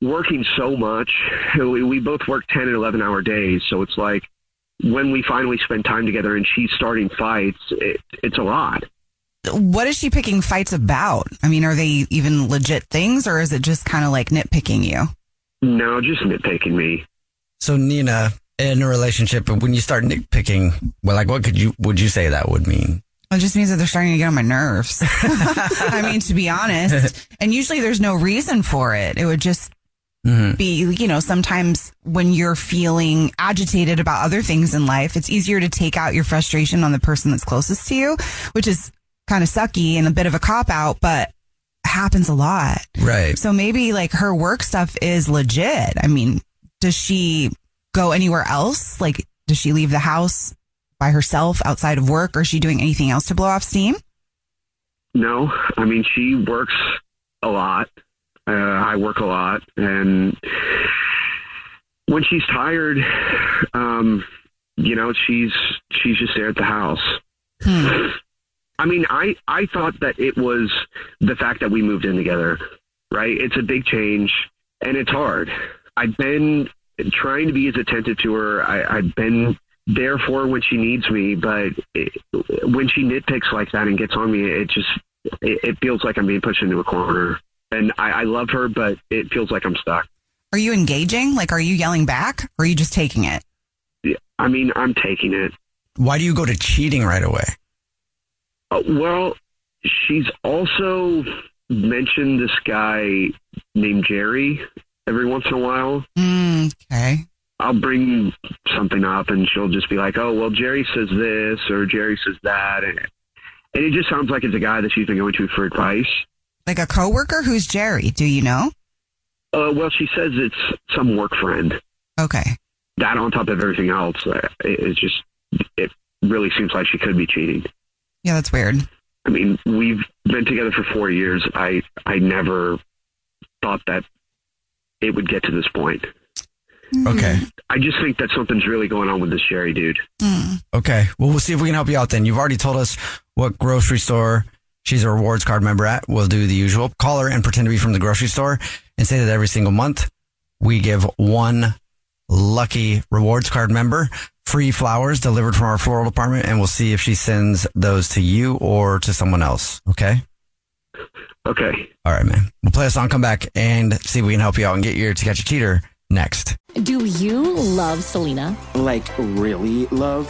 Speaker 26: working so much. We, we both work 10 and 11 hour days. So it's like when we finally spend time together and she's starting fights, it, it's a lot.
Speaker 7: What is she picking fights about? I mean, are they even legit things or is it just kind of like nitpicking you?
Speaker 26: No, just nitpicking me.
Speaker 6: So Nina, in a relationship, when you start nitpicking, well, like what could you would you say that would mean?
Speaker 7: Well, it just means that they're starting to get on my nerves. I mean, to be honest. And usually there's no reason for it. It would just be, you know, sometimes when you're feeling agitated about other things in life, it's easier to take out your frustration on the person that's closest to you, which is kind of sucky and a bit of a cop out, but happens a lot.
Speaker 6: Right.
Speaker 7: So maybe like her work stuff is legit. I mean, does she go anywhere else? Like, does she leave the house by herself outside of work or is she doing anything else to blow off steam?
Speaker 26: No, I mean, she works a lot. Uh, I work a lot. And when she's tired, um, you know, she's, she's just there at the house. I mean, I, I thought that it was the fact that we moved in together, right? It's a big change and it's hard. I've been trying to be as attentive to her. I, I've been there for her when she needs me, but it, when she nitpicks like that and gets on me, it just, it, it feels like I'm being pushed into a corner. And I, I love her, but it feels like I'm stuck.
Speaker 7: Are you engaging? Like, are you yelling back or are you just taking it?
Speaker 26: Yeah, I mean, I'm taking it.
Speaker 6: Why do you go to cheating right away?
Speaker 26: Uh, well, she's also mentioned this guy named Jerry every once in a while.
Speaker 7: Okay.
Speaker 26: I'll bring something up, and she'll just be like, "Oh, well, Jerry says this, or Jerry says that," and, and it just sounds like it's a guy that she's been going to for advice.
Speaker 7: Like a coworker? Who's Jerry? Do you know?
Speaker 26: Uh, well, she says it's some work friend.
Speaker 7: Okay.
Speaker 26: that on top of everything else, uh, it, it's just it really seems like she could be cheating.
Speaker 27: Yeah, that's weird.
Speaker 26: I mean, we've been together for four years. I I never thought that it would get to this point.
Speaker 6: Okay.
Speaker 26: I just think that something's really going on with this Sherry dude.
Speaker 6: Okay. Well, we'll see if we can help you out then. You've already told us what grocery store she's a rewards card member at. We'll do the usual. Call her and pretend to be from the grocery store and say that every single month we give one lucky rewards card member free flowers delivered from our floral department and we'll see if she sends those to you or to someone else. Okay.
Speaker 26: Okay.
Speaker 6: All right, man. We'll play a song, come back and see if we can help you out and get you to catch a cheater next.
Speaker 16: Do you love Selena?
Speaker 17: Like, really, love?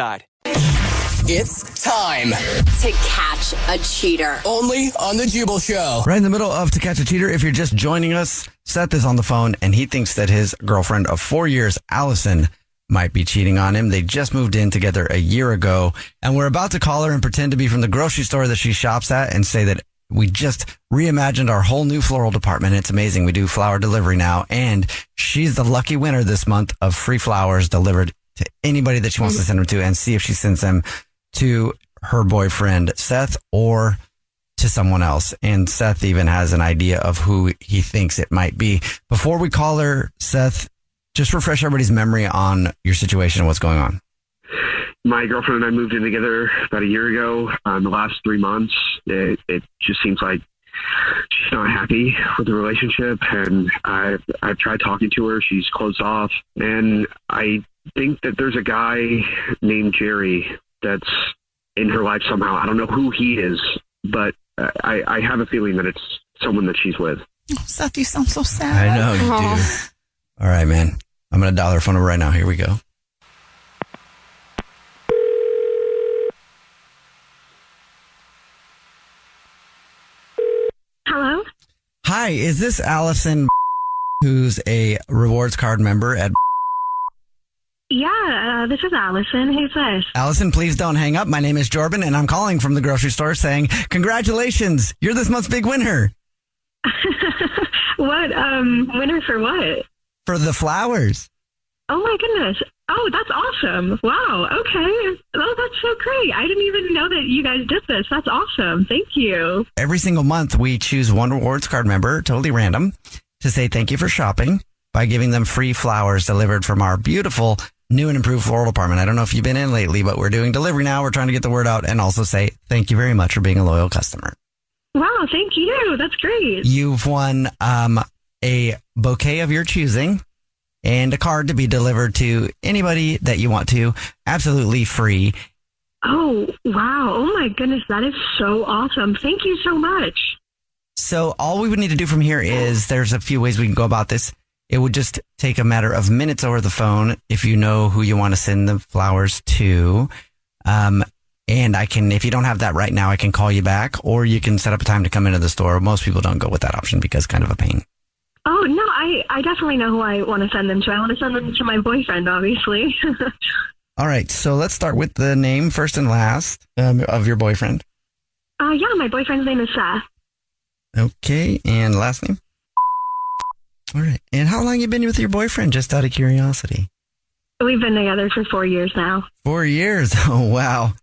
Speaker 13: It's time to catch a cheater. Only on the Jubal Show.
Speaker 6: Right in the middle of To Catch a Cheater, if you're just joining us, Seth is on the phone and he thinks that his girlfriend of four years, Allison, might be cheating on him. They just moved in together a year ago and we're about to call her and pretend to be from the grocery store that she shops at and say that we just reimagined our whole new floral department. It's amazing. We do flower delivery now and she's the lucky winner this month of free flowers delivered to anybody that she wants to send them to and see if she sends them to her boyfriend Seth or to someone else. And Seth even has an idea of who he thinks it might be. Before we call her, Seth, just refresh everybody's memory on your situation and what's going on.
Speaker 26: My girlfriend and I moved in together about a year ago. Um, the last three months, it, it just seems like she's not happy with the relationship, and I've I've tried talking to her. She's closed off, and I think that there's a guy named Jerry that's in her life somehow. I don't know who he is, but uh, I, I have a feeling that it's someone that she's with.
Speaker 7: Oh, Seth, you sound so sad.
Speaker 6: I know you do. All right, man. I'm going to dial her phone number right now. Here we go.
Speaker 10: Hello?
Speaker 6: Hi, is this Allison who's a rewards card member at
Speaker 10: Yeah, uh, this is Allison. Who's this?
Speaker 6: Allison, please don't hang up. My name is Jordan, and I'm calling from the grocery store saying, Congratulations, you're this month's big winner
Speaker 10: What? Um, winner for what?
Speaker 6: for the flowers.
Speaker 10: Oh my goodness. Oh, that's awesome. Wow. Okay. Oh, that's so great. I didn't even know that you guys did this. That's awesome. Thank you.
Speaker 6: Every single month, we choose one rewards card member, totally random, to say thank you for shopping by giving them free flowers delivered from our beautiful new and improved floral department. I don't know if you've been in lately, but we're doing delivery now. We're trying to get the word out and also say thank you very much for being a loyal customer.
Speaker 10: Wow. Thank you. That's great.
Speaker 6: You've won um, a bouquet of your choosing and a card to be delivered to anybody that you want to, absolutely free.
Speaker 4: Oh, wow. Oh, my goodness. That is so awesome. Thank you so much.
Speaker 6: So all we would need to do from here is there's a few ways we can go about this. It would just take a matter of minutes over the phone if you know who you want to send the flowers to. Um, and I can, if you don't have that right now, I can call you back or you can set up a time to come into the store. Most people don't go with that option because kind of a pain.
Speaker 4: Oh, no, I, I definitely know who I want to send them to. I want to send them to my boyfriend, obviously.
Speaker 6: All right. So let's start with the name first and last um, of your boyfriend.
Speaker 4: uh, yeah, my boyfriend's name is Seth.
Speaker 6: Okay. And last name? All right. And how long you been with your boyfriend? Just out of curiosity.
Speaker 4: We've been together for four years now.
Speaker 6: Four years. Oh, wow.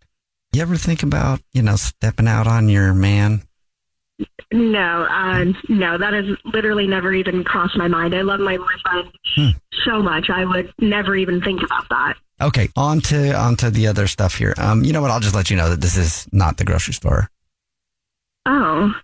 Speaker 6: You ever think about, you know, stepping out on your man?
Speaker 4: No, uh, no, that has literally never even crossed my mind. I love my boyfriend
Speaker 6: Hmm.
Speaker 4: so much. I would never even think about that.
Speaker 6: Okay, on to, on to the other stuff here. Um, you know what? I'll just let you know that this is not the grocery store.
Speaker 4: Oh,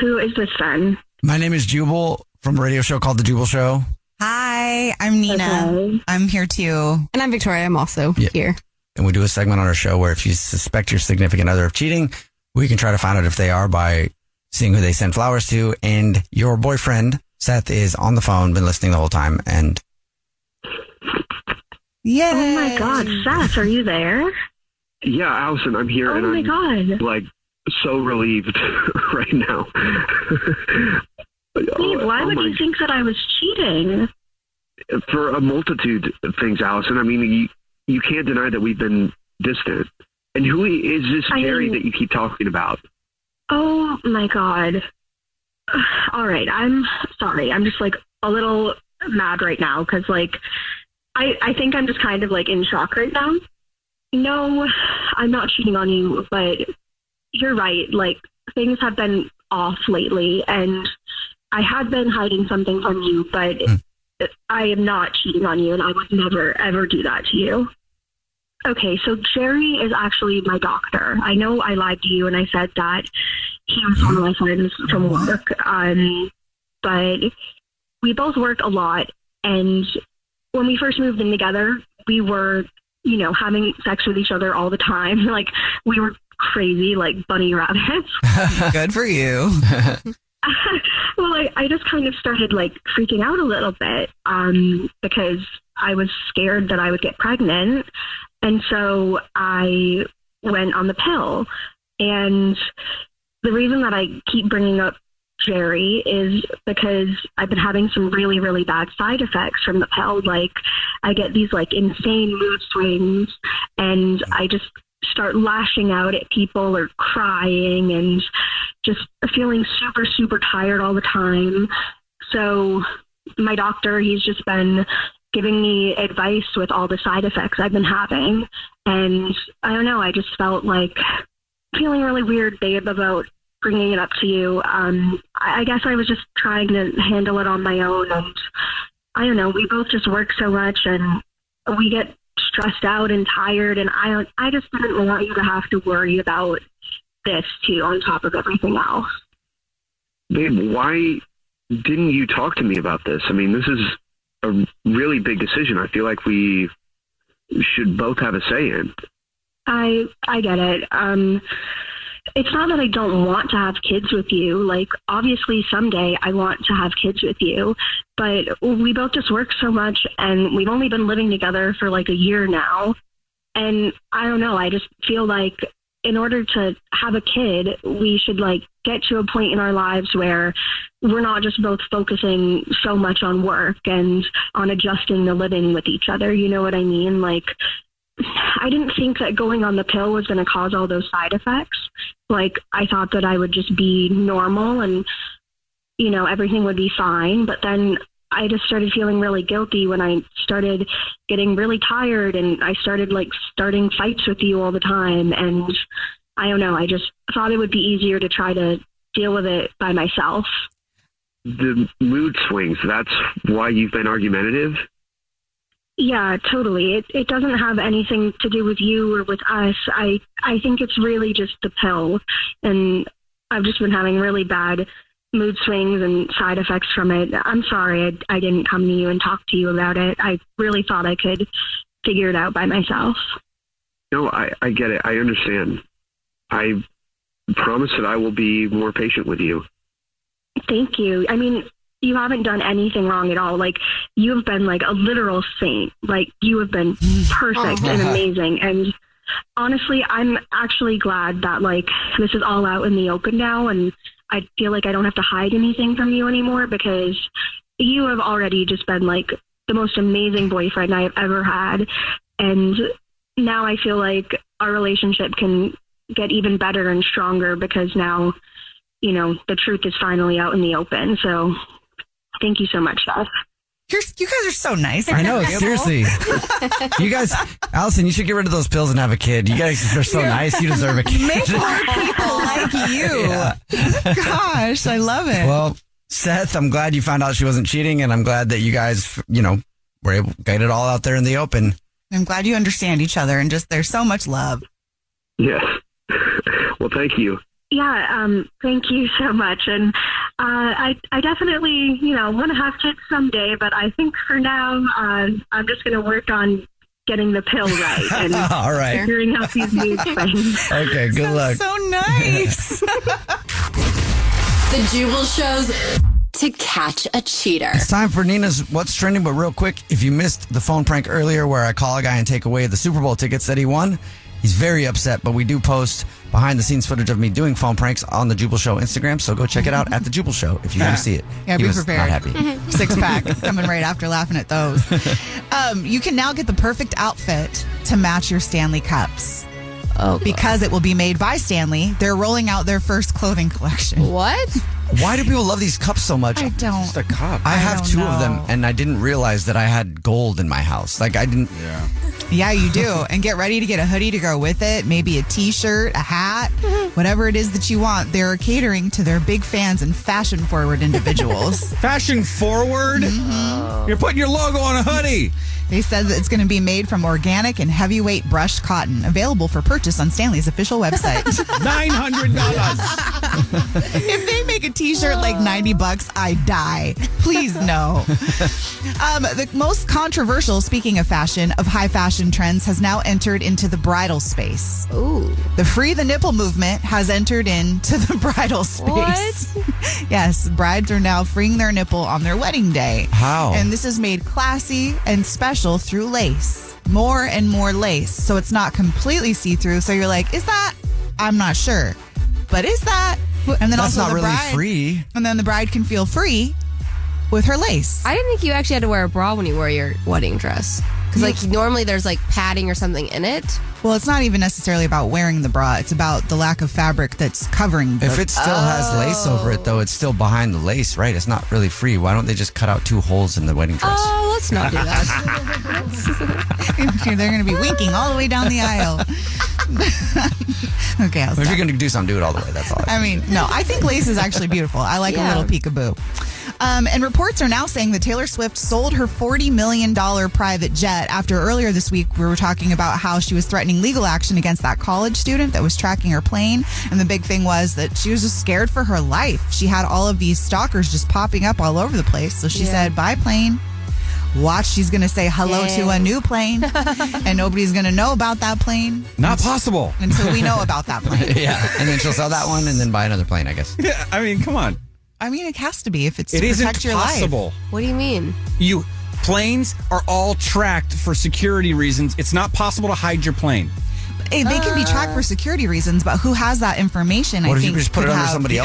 Speaker 4: who is this then?
Speaker 6: My name is Jubal from a radio show called The Jubal Show.
Speaker 27: Hi, I'm Nina. I'm here too.
Speaker 9: And I'm Victoria. I'm also here.
Speaker 6: and we do a segment on our show where if you suspect your significant other of cheating, we can try to find out if they are by seeing who they send flowers to. And your boyfriend, Seth, is on the phone, been listening the whole time. And
Speaker 4: Yeah. Oh my God, Seth, are you there?
Speaker 26: Yeah, Allison, I'm here.
Speaker 4: Oh
Speaker 26: and
Speaker 4: my
Speaker 26: I'm,
Speaker 4: God.
Speaker 26: Like so relieved right now.
Speaker 4: Babe, why
Speaker 26: oh
Speaker 4: would
Speaker 26: my-
Speaker 4: you think that I was cheating?
Speaker 26: For a multitude of things, Allison. I mean, you, you can't deny that we've been distant. And who is this
Speaker 4: I
Speaker 26: Jerry
Speaker 4: mean-
Speaker 26: that you keep talking about?
Speaker 4: Oh my God. All right, I'm sorry. I'm just like a little mad right now because like I I think I'm just kind of like in shock right now. No, I'm not cheating on you, but you're right. Like things have been off lately, and I had been hiding something from you, but I am not cheating on you, and I would never ever do that to you. Okay, so Jerry is actually my doctor. I know I lied to you and I said that he was one of my friends from work, um, but we both work a lot. And when we first moved in together, we were, you know, having sex with each other all the time. Like, we were crazy, like bunny rabbits.
Speaker 27: Good for you.
Speaker 4: well, I, I just kind of started like freaking out a little bit um, because I was scared that I would get pregnant. And so I went on the pill. And the reason that I keep bringing up Jerry is because I've been having some really, really bad side effects from the pill. Like, I get these like insane mood swings, and I just start lashing out at people or crying and just feeling super, super tired all the time. So, my doctor, he's just been giving me advice with all the side effects I've been having. And I don't know, I just felt like feeling really weird, babe, about bringing it up to you. Um, I, I guess I was just trying to handle it on my own, and I don't know. We both just work so much, and we get stressed out and tired, and I don't. I just didn't want you to have to worry about this too, on top of everything else.
Speaker 26: Babe, why didn't you talk to me about this? I mean, this is a really big decision. I feel like we should both have a say in.
Speaker 4: I I get it. Um, it's not that I don't want to have kids with you. Like obviously someday I want to have kids with you, but we both just work so much and we've only been living together for like a year now. And I don't know, I just feel like in order to have a kid, we should like get to a point in our lives where we're not just both focusing so much on work and on adjusting the living with each other. You know what I mean? Like I didn't think that going on the pill was going to cause all those side effects. Like, I thought that I would just be normal and, you know, everything would be fine. But then I just started feeling really guilty when I started getting really tired and I started like starting fights with you all the time. And I don't know, I just thought it would be easier to try to deal with it by myself.
Speaker 26: The mood swings, that's why you've been argumentative?
Speaker 4: Yeah, totally. It it doesn't have anything to do with you or with us. I I think it's really just the pill, and I've just been having really bad mood swings and side effects from it. I'm sorry I, I didn't come to you and talk to you about it. I really thought I could figure it out by myself.
Speaker 26: No, I, I get it. I understand. I promise that I will be more patient with you.
Speaker 4: Thank you. I mean, you haven't done anything wrong at all. Like you have been like a literal saint. Like you have been perfect and amazing. And honestly, I'm actually glad that like this is all out in the open now, and I feel like I don't have to hide anything from you anymore because you have already just been like the most amazing boyfriend I have ever had, and now I feel like our relationship can get even better and stronger because now you know the truth is finally out in the open. So thank you so much, Beth.
Speaker 7: You're, you guys are so nice.
Speaker 6: I know, seriously. You guys, Allison, you should get rid of those pills and have a kid. You guys are so nice. You deserve a kid.
Speaker 7: Make more people like you.
Speaker 6: Yeah.
Speaker 7: Gosh, I love it.
Speaker 6: Well, Seth, I'm glad you found out she wasn't cheating, and I'm glad that you guys, you know, were able to get it all out there in the open.
Speaker 7: I'm glad you understand each other and just there's so much love.
Speaker 26: Yes. Well, thank you.
Speaker 4: Yeah, um, thank you so much. And uh, I, I definitely, you know, want to have kids someday, but I think for now, uh, I'm just going to work on getting the pill right and
Speaker 6: All right.
Speaker 4: figuring out these new things.
Speaker 6: Okay, good luck.
Speaker 7: So nice.
Speaker 13: The Jubal shows to catch a cheater.
Speaker 6: It's time for Nina's What's Trending, but real quick, if you missed the phone prank earlier where I call a guy and take away the Super Bowl tickets that he won, he's very upset, but we do post behind the scenes footage of me doing phone pranks on the Jubal Show Instagram, so go check it out at the Jubal Show if you want to see it.
Speaker 7: Yeah,
Speaker 6: he
Speaker 7: be
Speaker 6: was
Speaker 7: prepared. Mm-hmm.
Speaker 6: Not happy.
Speaker 7: Six pack coming right after laughing at those. Um, you can now get the perfect outfit to match your Stanley cups.
Speaker 9: Oh,
Speaker 7: because it will be made by Stanley. They're rolling out their first clothing collection.
Speaker 9: What?
Speaker 6: Why do people love these cups so much?
Speaker 7: I don't. Just
Speaker 6: a cup. I have
Speaker 7: don't
Speaker 6: two of them,
Speaker 7: know.
Speaker 6: and I didn't realize that I had gold in my house. Like I didn't.
Speaker 3: Yeah.
Speaker 7: Yeah, you do. and get ready to get a hoodie to go with it, maybe a t shirt, a hat,
Speaker 9: Mm-hmm.
Speaker 7: whatever it is that you want. They're catering to their big fans and fashion forward individuals. Mm-hmm.
Speaker 3: Fashion forward? You're putting your logo on a hoodie.
Speaker 7: They said that it's going to be made from organic and heavyweight brushed cotton, available for purchase on Stanley's official website.
Speaker 3: Nine hundred dollars.
Speaker 7: if they make a T-shirt like ninety bucks, I die. Please no. Um, the most controversial, speaking of fashion, of high fashion trends, has now entered into the bridal space.
Speaker 9: Ooh.
Speaker 7: The free the nipple movement has entered into the bridal space. yes, brides are now freeing their nipple on their wedding day.
Speaker 6: How?
Speaker 7: And this is made classy and special through lace. More and more lace. So it's not completely see through. So you're like, is that? I'm not sure. But is that? And then
Speaker 6: That's
Speaker 7: also
Speaker 6: not
Speaker 7: the
Speaker 6: really
Speaker 7: bride,
Speaker 6: free.
Speaker 7: And then the bride can feel free with her lace.
Speaker 9: I didn't think you actually had to wear a bra when you wore your wedding dress. Because, like, normally there's like padding or something in it.
Speaker 7: Well, it's not even necessarily about wearing the bra. It's about the lack of fabric that's covering. The,
Speaker 6: If it still
Speaker 9: Oh.
Speaker 6: has lace over it, though, it's still behind the lace, right? It's not really free. Why don't they just cut out two holes in the wedding dress?
Speaker 9: Oh, let's not do that.
Speaker 7: they're going to be winking all the way down the aisle. okay, I'll
Speaker 6: if
Speaker 7: stop.
Speaker 6: you're going to do something, do it all the way. That's all.
Speaker 7: I mean, no, I think lace is actually beautiful. I like
Speaker 6: Yeah.
Speaker 7: a little peekaboo. Um, and reports are now saying that Taylor Swift sold her $40 million private jet after earlier this week we were talking about how she was threatening legal action against that college student that was tracking her plane. And the big thing was that she was just scared for her life. She had all of these stalkers just popping up all over the place. So she
Speaker 9: Yeah.
Speaker 7: said, bye, plane. Watch, she's going to say hello to a
Speaker 9: Dang.
Speaker 7: new plane, and nobody's going to know about that plane
Speaker 3: Not possible.
Speaker 7: until we know about that plane.
Speaker 6: yeah, and then she'll sell that one and then buy another plane, I guess.
Speaker 3: Yeah, I mean, come on.
Speaker 7: I mean, it has to be if it's
Speaker 3: It
Speaker 7: to
Speaker 3: isn't
Speaker 7: protect your
Speaker 3: possible.
Speaker 7: life.
Speaker 9: What do you mean?
Speaker 3: You planes are all tracked for security reasons. It's not possible to hide your plane.
Speaker 7: Hey, they can be tracked for security reasons, but who has that information? I think could have-
Speaker 3: The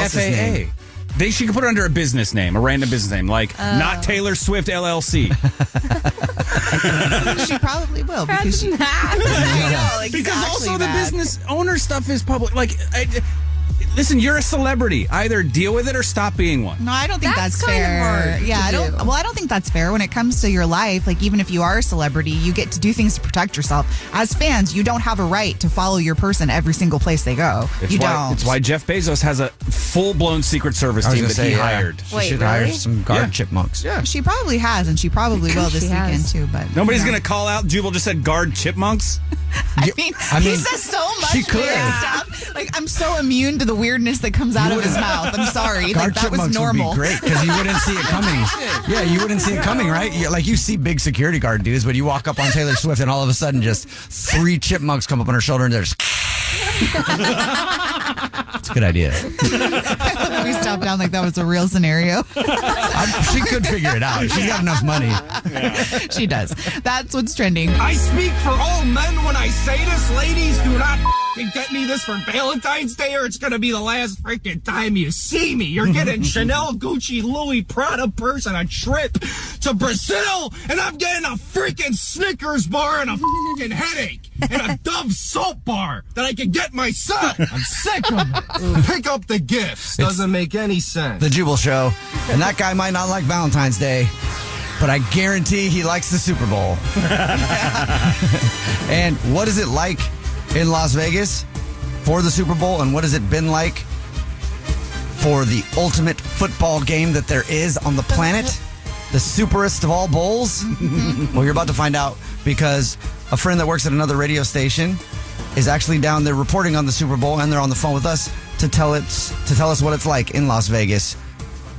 Speaker 3: FAA. They she could put it under a business name, a random business name, like
Speaker 7: Oh.
Speaker 3: not Taylor Swift LLC.
Speaker 7: she probably will because she.
Speaker 3: I
Speaker 7: know,
Speaker 3: because
Speaker 7: exactly
Speaker 3: also the
Speaker 7: that.
Speaker 3: business owner stuff is public. Like, I, listen, you're a celebrity. Either deal with it or stop being one.
Speaker 7: No, I don't think that's,
Speaker 9: That's kind of
Speaker 7: fair.
Speaker 9: hard
Speaker 7: yeah,
Speaker 9: to
Speaker 7: I don't.
Speaker 9: do.
Speaker 7: Well, I don't think that's fair when it comes to your life. Like, even if you are a celebrity, you get to do things to protect yourself. As fans, you don't have a right to follow your person every single place they go.
Speaker 3: It's
Speaker 7: you
Speaker 3: why,
Speaker 7: don't.
Speaker 3: It's why Jeff Bezos has a full blown Secret Service
Speaker 6: I was
Speaker 3: team
Speaker 6: gonna
Speaker 3: that
Speaker 6: say,
Speaker 3: he
Speaker 6: yeah.
Speaker 3: hired.
Speaker 6: She Wait, should hire really? some guard chipmunks.
Speaker 3: Yeah.
Speaker 7: She probably has, and she probably will this
Speaker 3: She
Speaker 7: weekend
Speaker 3: has.
Speaker 7: too. But
Speaker 3: Nobody's
Speaker 7: you know.
Speaker 3: going to call out. Jubal just said guard chipmunks.
Speaker 7: I mean,
Speaker 6: I
Speaker 7: he
Speaker 6: mean,
Speaker 7: says so much
Speaker 6: she could.
Speaker 7: weird stuff. Like, I'm so immune to the weirdness that comes out of his mouth. I'm sorry.
Speaker 6: Guard
Speaker 7: Like, that was
Speaker 6: chipmunks would be
Speaker 7: normal.
Speaker 6: great because you wouldn't see it coming. yeah, you wouldn't see it coming, right? You- like you see big security guard dudes, but you walk up on Taylor Swift and all of a sudden, just three chipmunks come up on her shoulder and there's. It's a good idea.
Speaker 7: we stopped down like that was a real scenario.
Speaker 6: I'm- she could figure it out. She's got enough money.
Speaker 7: she does. That's what's trending.
Speaker 5: I speak for all men when I say this. Ladies, do not f***ing get me this for Valentine's Day or it's going to be the last freaking time you see me. You're getting Chanel, Gucci, Louis, Prada purse and a trip to Brazil, and I'm getting a freaking Snickers bar and a f***ing headache and a Dove soap bar that I can get my son. I'm sick of it. Pick up the gifts. Doesn't make any sense.
Speaker 6: The Jubal Show. And that guy might not like Valentine's Day, but I guarantee he likes the Super Bowl. and what is it like in Las Vegas for the Super Bowl? And what has it been like for the ultimate football game that there is on the planet? The superest of all bowls? well, you're about to find out because a friend that works at another radio station is actually down there reporting on the Super Bowl and they're on the phone with us to tell it to tell us what it's like in Las Vegas.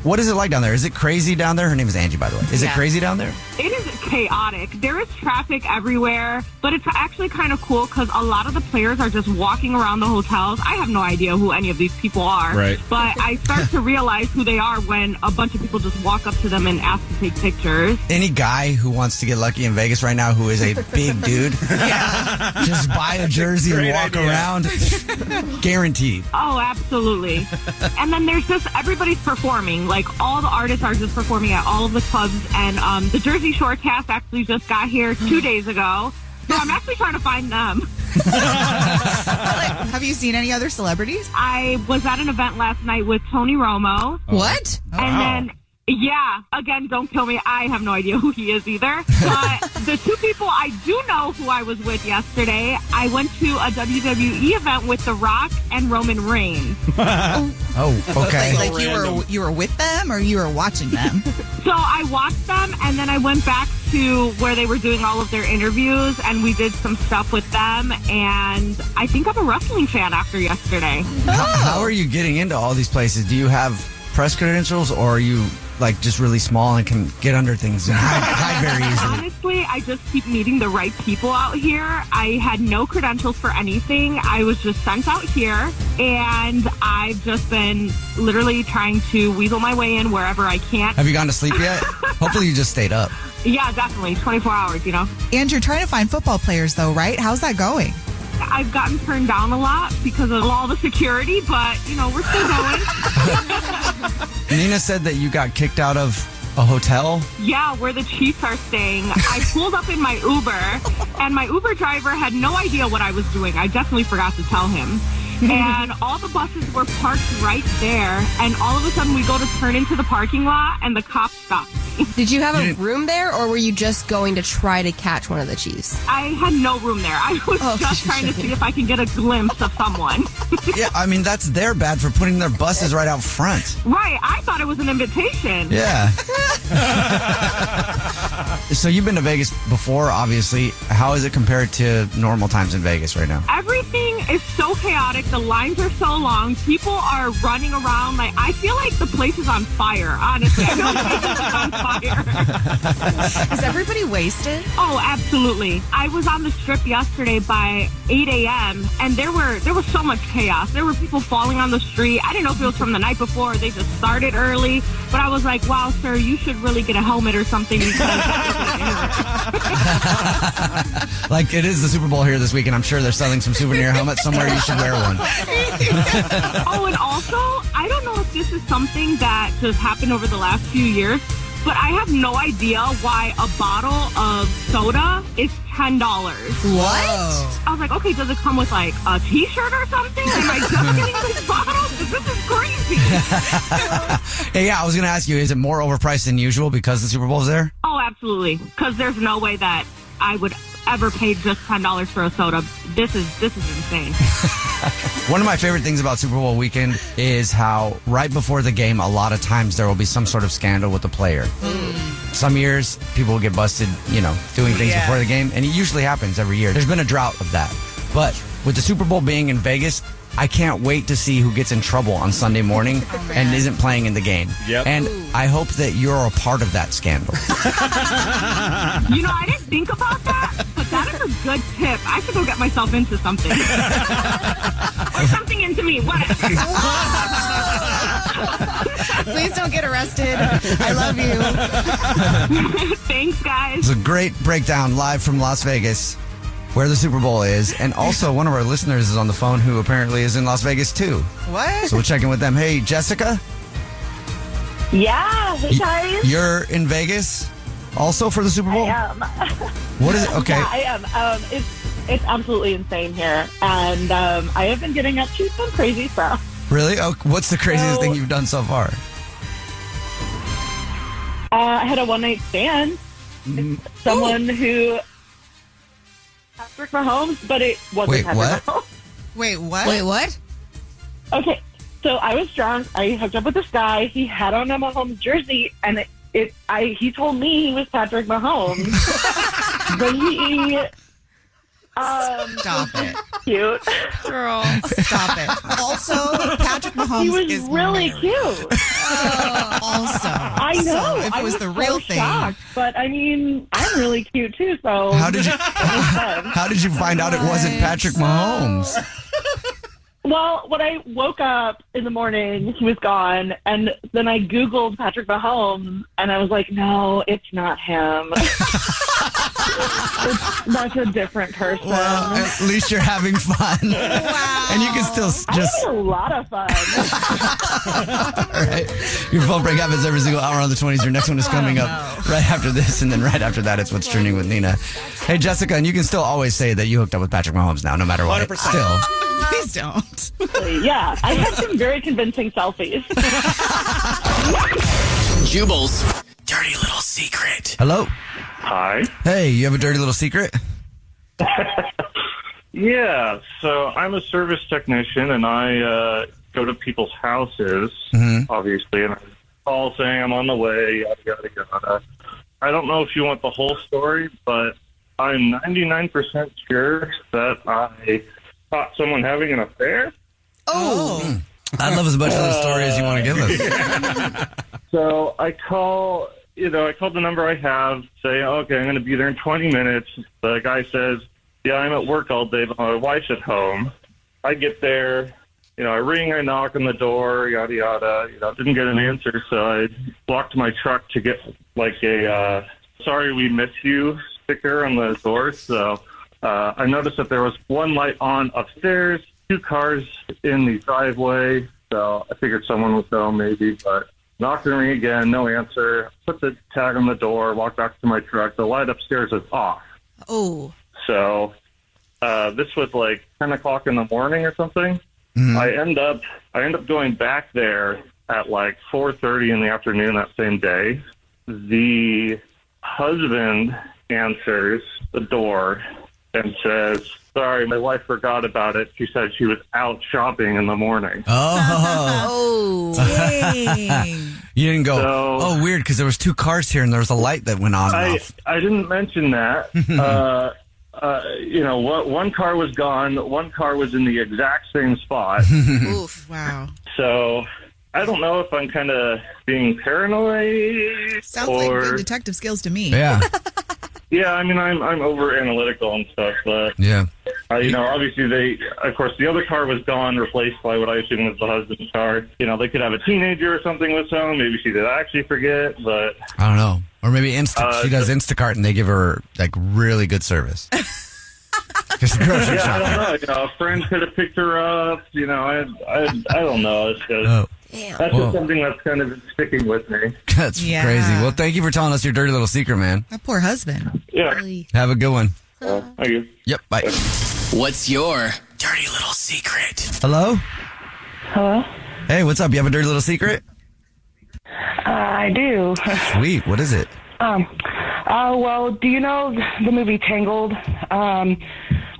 Speaker 6: What is it like down there? Is it crazy down there? Her name is Angie, by the way. Is it
Speaker 24: Yeah.
Speaker 6: crazy down there?
Speaker 24: It is chaotic. There is traffic everywhere, but it's actually kind of cool because a lot of the players are just walking around the hotels. I have no idea who any of these people are,
Speaker 28: Right.
Speaker 24: but I start to realize who they are when a bunch of people just walk up to them and ask to take pictures.
Speaker 6: Any guy who wants to get lucky in Vegas right now who is a big dude, just buy a jersey and
Speaker 24: great
Speaker 6: walk
Speaker 24: idea.
Speaker 6: around. Guaranteed.
Speaker 24: Oh, absolutely. and then there's just everybody's performing. Like all the artists are just performing at all of the clubs. And um, the Jersey Shore cast actually just got here
Speaker 7: Hmm.
Speaker 24: two days ago. So I'm actually trying to find them.
Speaker 7: Have you seen any other celebrities?
Speaker 24: I was at an event last night with Tony Romo.
Speaker 7: Oh. What?
Speaker 24: And
Speaker 7: Wow.
Speaker 24: then. Yeah, again, don't kill me. I have no idea who he is either. But the two people I do know who I was with yesterday, I went to a WWE event with The Rock and Roman Reigns.
Speaker 6: oh, okay.
Speaker 7: Like, like you were you were with them or you were watching them?
Speaker 24: So I watched them, and then I went back to where they were doing all of their interviews, and we did some stuff with them. And I think I'm a wrestling fan after yesterday.
Speaker 6: How, how are you getting into all these places? Do you have press credentials or are you like just really small and can get under things and hide, hide very easily?
Speaker 24: Honestly, I just keep meeting the right people out here. I had no credentials for anything. I was just sent out here, and I've just been literally trying to weasel my way in wherever I can.
Speaker 6: Have you gone to sleep yet? Hopefully you just stayed up.
Speaker 24: Yeah, definitely. 24 hours, you know?
Speaker 7: And you're trying to find football players though, right? How's that going?
Speaker 24: I've gotten turned down a lot because of all the security, but, you know, we're still going.
Speaker 6: Nina said that you got kicked out of a hotel.
Speaker 24: Yeah, where the Chiefs are staying. I pulled up in my Uber, and my Uber driver had no idea what I was doing. I definitely forgot to tell him. And all the buses were parked right there, and all of a sudden we go to turn into the parking lot, and the cops stop.
Speaker 9: Did you have a room there, or were you just going to try to catch one of the Chiefs?
Speaker 24: I had no room there. I was just trying to see if I can get a glimpse of someone.
Speaker 6: yeah, I mean that's their bad for putting their buses right out front.
Speaker 24: Right, I thought it was an invitation.
Speaker 6: Yeah. So you've been to Vegas before, obviously. How is it compared to normal times in Vegas right now?
Speaker 24: Everything is so chaotic. The lines are so long. People are running around. Like I feel like the place is on fire. Honestly, I feel like Vegas is on fire.
Speaker 7: is everybody wasted?
Speaker 24: Oh, absolutely. I was on the strip yesterday by 8 a.m. and there were there was so much chaos. There were people falling on the street. I didn't know if it was from the night before. They just started early, but I was like, "Wow, sir, you should really get a helmet or something." Because
Speaker 6: Like it is the Super Bowl here this week, and I'm sure they're selling some souvenir helmets somewhere. You should wear one.
Speaker 24: oh, and also, I don't know if this is something that just happened over the last few years, but I have no idea why a bottle of soda is ten dollars.
Speaker 7: What?
Speaker 24: I was like, okay, does it come with like a T-shirt or something? Am I just getting this bottle? This is crazy.
Speaker 6: Hey, yeah, I was gonna ask you, is it more overpriced than usual because the Super Bowl's there?
Speaker 24: Oh, absolutely. Because there's no way that I would ever pay just ten dollars for a soda. This is this is insane.
Speaker 6: One of my favorite things about Super Bowl weekend is how right before the game, a lot of times there will be some sort of scandal with the player. Some years people get busted, you know, doing things
Speaker 29: Yeah.
Speaker 6: before the game, and it usually happens every year. There's been a drought of that, but with the Super Bowl being in Vegas, I can't wait to see who gets in trouble on Sunday morning and isn't playing in the game.
Speaker 23: Yep.
Speaker 6: And I hope that you're a part of that scandal.
Speaker 30: you know, I didn't think about that, but that is a good tip. I should go get myself into something. or something into me. What?
Speaker 7: Please don't get arrested. I love you. Thanks, guys.
Speaker 6: It's a great breakdown live from Las Vegas, where the Super Bowl is, and also one of our listeners is on the phone who apparently is in Las Vegas too.
Speaker 7: What?
Speaker 6: So we'll check in with them. Hey, Jessica,
Speaker 24: Yeah, hey guys.
Speaker 6: you're in Vegas, also for the Super Bowl.
Speaker 24: Um,
Speaker 6: What is okay?
Speaker 24: Yeah, I am. Um, it's it's absolutely insane here, and um, I have been getting up to some crazy stuff.
Speaker 6: Really? Oh, what's the craziest
Speaker 24: So-
Speaker 6: thing you've done so far?
Speaker 24: Uh, I had a one night stand. with Someone who Patrick Mahomes, but it wasn't
Speaker 6: Wait,
Speaker 24: Patrick
Speaker 6: what?
Speaker 24: Mahomes.
Speaker 7: Wait, what?
Speaker 15: Wait, what?
Speaker 24: Okay, so I was drunk. I hooked up with this guy. He had on a Mahomes jersey, and it, it I he told me he was Patrick Mahomes, but he um,
Speaker 7: stop it,
Speaker 24: cute
Speaker 15: girl,
Speaker 7: stop it. Also, Patrick Mahomes
Speaker 24: he was
Speaker 7: is
Speaker 24: really cute.
Speaker 7: also,
Speaker 24: I know.
Speaker 7: So if it
Speaker 24: I
Speaker 7: was the real
Speaker 24: so
Speaker 7: thing-
Speaker 24: shocked, but I mean, I'm really cute too. So
Speaker 6: How did you-
Speaker 24: It was fun.
Speaker 6: How did you find out it wasn't Patrick Mahomes?
Speaker 24: Well, when I woke up in the morning, he was gone, and then I Googled Patrick Mahomes, and I was like, "No, it's not him. it's, that's a different person."
Speaker 6: Well, at least you're having fun, and you can still s- just.
Speaker 24: I had a lot of fun.
Speaker 6: All right. Your phone break happens every single hour on the 20s. Your next one is coming up right after this, and then right after that, it's what's trending with Nina. Hey, Jessica, and you can still always say that you hooked up with Patrick Mahomes now, no matter what.
Speaker 24: 100%.
Speaker 6: Still.
Speaker 7: Please don't.
Speaker 24: yeah, I had some very convincing selfies.
Speaker 6: Jubal's
Speaker 31: Dirty little secret.
Speaker 6: Hello.
Speaker 31: Hi.
Speaker 6: Hey, you have a dirty little secret?
Speaker 31: Yeah, so I'm a service technician and I uh, go to people's houses,
Speaker 6: Mhm.
Speaker 31: obviously, and I'm all saying I'm on the way, yada, yada, yada. I don't know if you want the whole story, but I'm 99% sure that I caught someone having an affair.
Speaker 6: Oh. I'd love as much of the story as you want to give us.
Speaker 31: Uh, So I call, you know, I call the number I have, say, okay, I'm going to be there in 20 minutes. The guy says, yeah, I'm at work all day, but my wife's at home. I get there, you know, I ring, I knock on the door, yada, yada. You know, didn't get an answer, so I walked to my truck to get, like, a uh, sorry we miss you sticker on the door. So uh, I noticed that there was one light on upstairs, two cars in the driveway. So I figured someone was home, maybe, but knocked and ring again, no answer. Put the tag on the door, walked back to my truck. The light upstairs is off.
Speaker 15: Oh.
Speaker 31: So uh, this was like ten o'clock in the morning or something.
Speaker 32: Mm-hmm.
Speaker 31: I end up I end up going back there at like four thirty in the afternoon that same day. The husband answers the door and says, "Sorry, my wife forgot about it. She said she was out shopping in the morning."
Speaker 6: Oh. uh-huh. you didn't go, oh, weird, because there was two cars here and there was a light that went on and
Speaker 31: I,
Speaker 6: off.
Speaker 31: I didn't mention that. uh, uh, you know, what, one car was gone, one car was in the exact same spot.
Speaker 7: Oof! Wow.
Speaker 31: so I don't know if I'm kind of being paranoid
Speaker 7: Sounds
Speaker 31: or
Speaker 7: like good detective skills to me.
Speaker 31: yeah. I mean, I'm I'm over analytical and stuff, but
Speaker 6: yeah.
Speaker 31: Uh, you know, obviously they, of course, the other car was gone, replaced by what I assume was the husband's car. You know, they could have a teenager or something with them. Maybe she did actually forget, but
Speaker 6: I don't know. Or maybe Insta-
Speaker 31: Uh,
Speaker 6: she does Instacart and they give her like really good service. Just grocery
Speaker 31: yeah, I
Speaker 6: shopping.
Speaker 31: don't know. You know, a friend could have picked her up. You know, I, I, I don't know. It's just,
Speaker 6: Oh.
Speaker 31: That's
Speaker 6: Whoa.
Speaker 31: just something that's kind of been sticking with me.
Speaker 6: That's
Speaker 31: Yeah.
Speaker 6: crazy. Well, thank you for telling us your dirty little secret, man.
Speaker 7: That poor husband.
Speaker 31: Yeah.
Speaker 6: Have a good one.
Speaker 31: Thank you.
Speaker 6: Yep. Bye.
Speaker 31: What's your
Speaker 6: Dirty little secret. Hello.
Speaker 32: Hello.
Speaker 6: Hey, what's up? You have a dirty little secret?
Speaker 32: Uh, I do.
Speaker 6: Sweet. What is it?
Speaker 32: Um, uh, well, do you know the movie Tangled? Um,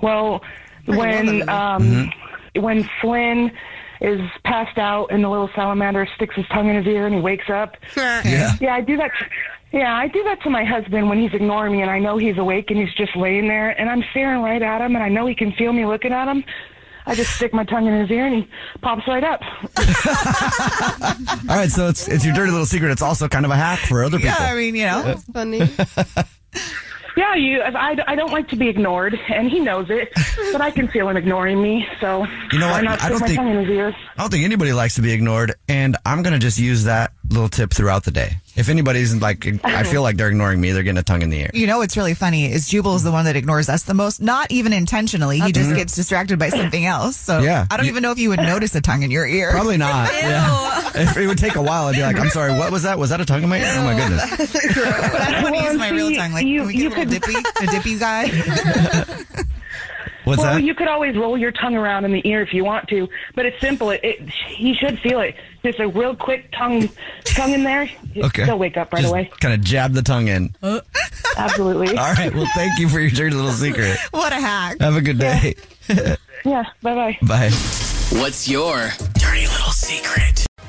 Speaker 32: well, when um, when Flynn is passed out and the little salamander sticks his tongue in his ear and he wakes up.
Speaker 33: Yeah.
Speaker 32: I do that. Yeah, I do that to my husband when he's ignoring me and I know he's awake and he's just laying there and I'm staring right at him and I know he can feel me looking at him. I just stick my tongue in his ear and he pops right up.
Speaker 6: All right, so it's it's your dirty little secret. It's also kind of a hack for other people.
Speaker 32: That's funny. yeah, you. I, I don't like to be ignored, and he knows it. But I can feel him ignoring me, so
Speaker 6: You know
Speaker 32: why
Speaker 6: what?
Speaker 32: not
Speaker 6: I
Speaker 32: stick
Speaker 6: don't
Speaker 32: my
Speaker 6: think-
Speaker 32: tongue in his ear?
Speaker 6: I don't think anybody likes to be ignored, and I'm gonna just use that little tip throughout the day. If anybody's like, I feel like they're ignoring me, they're getting a tongue in the air.
Speaker 7: You know what's really funny is Jubal is the one that ignores us the most, not even intentionally. He just
Speaker 6: Mhm.
Speaker 7: gets distracted by something else. So
Speaker 6: Yeah.
Speaker 7: I don't
Speaker 6: You-
Speaker 7: even know if you would notice a tongue in your ear.
Speaker 6: Probably not. Yeah. If it would take a while, I'd be like, I'm sorry, what was that? Was that a tongue in my ear? Oh my goodness.
Speaker 7: but I don't want to use my real tongue. Like, can we get a little dippy, a dippy guy?
Speaker 6: What's
Speaker 32: well,
Speaker 6: that?
Speaker 32: you could always roll your tongue around in the ear if you want to, but it's simple. It, it he should feel it. Just a real quick tongue tongue in there.
Speaker 6: Okay.
Speaker 32: He'll wake up right away.
Speaker 6: Kind of jab the tongue in.
Speaker 32: Absolutely.
Speaker 6: All right. Well, thank you for your dirty little secret.
Speaker 7: What a hack.
Speaker 6: Have a good day.
Speaker 32: Yeah. Bye bye.
Speaker 6: Bye.
Speaker 11: What's your
Speaker 34: Dirty little secret.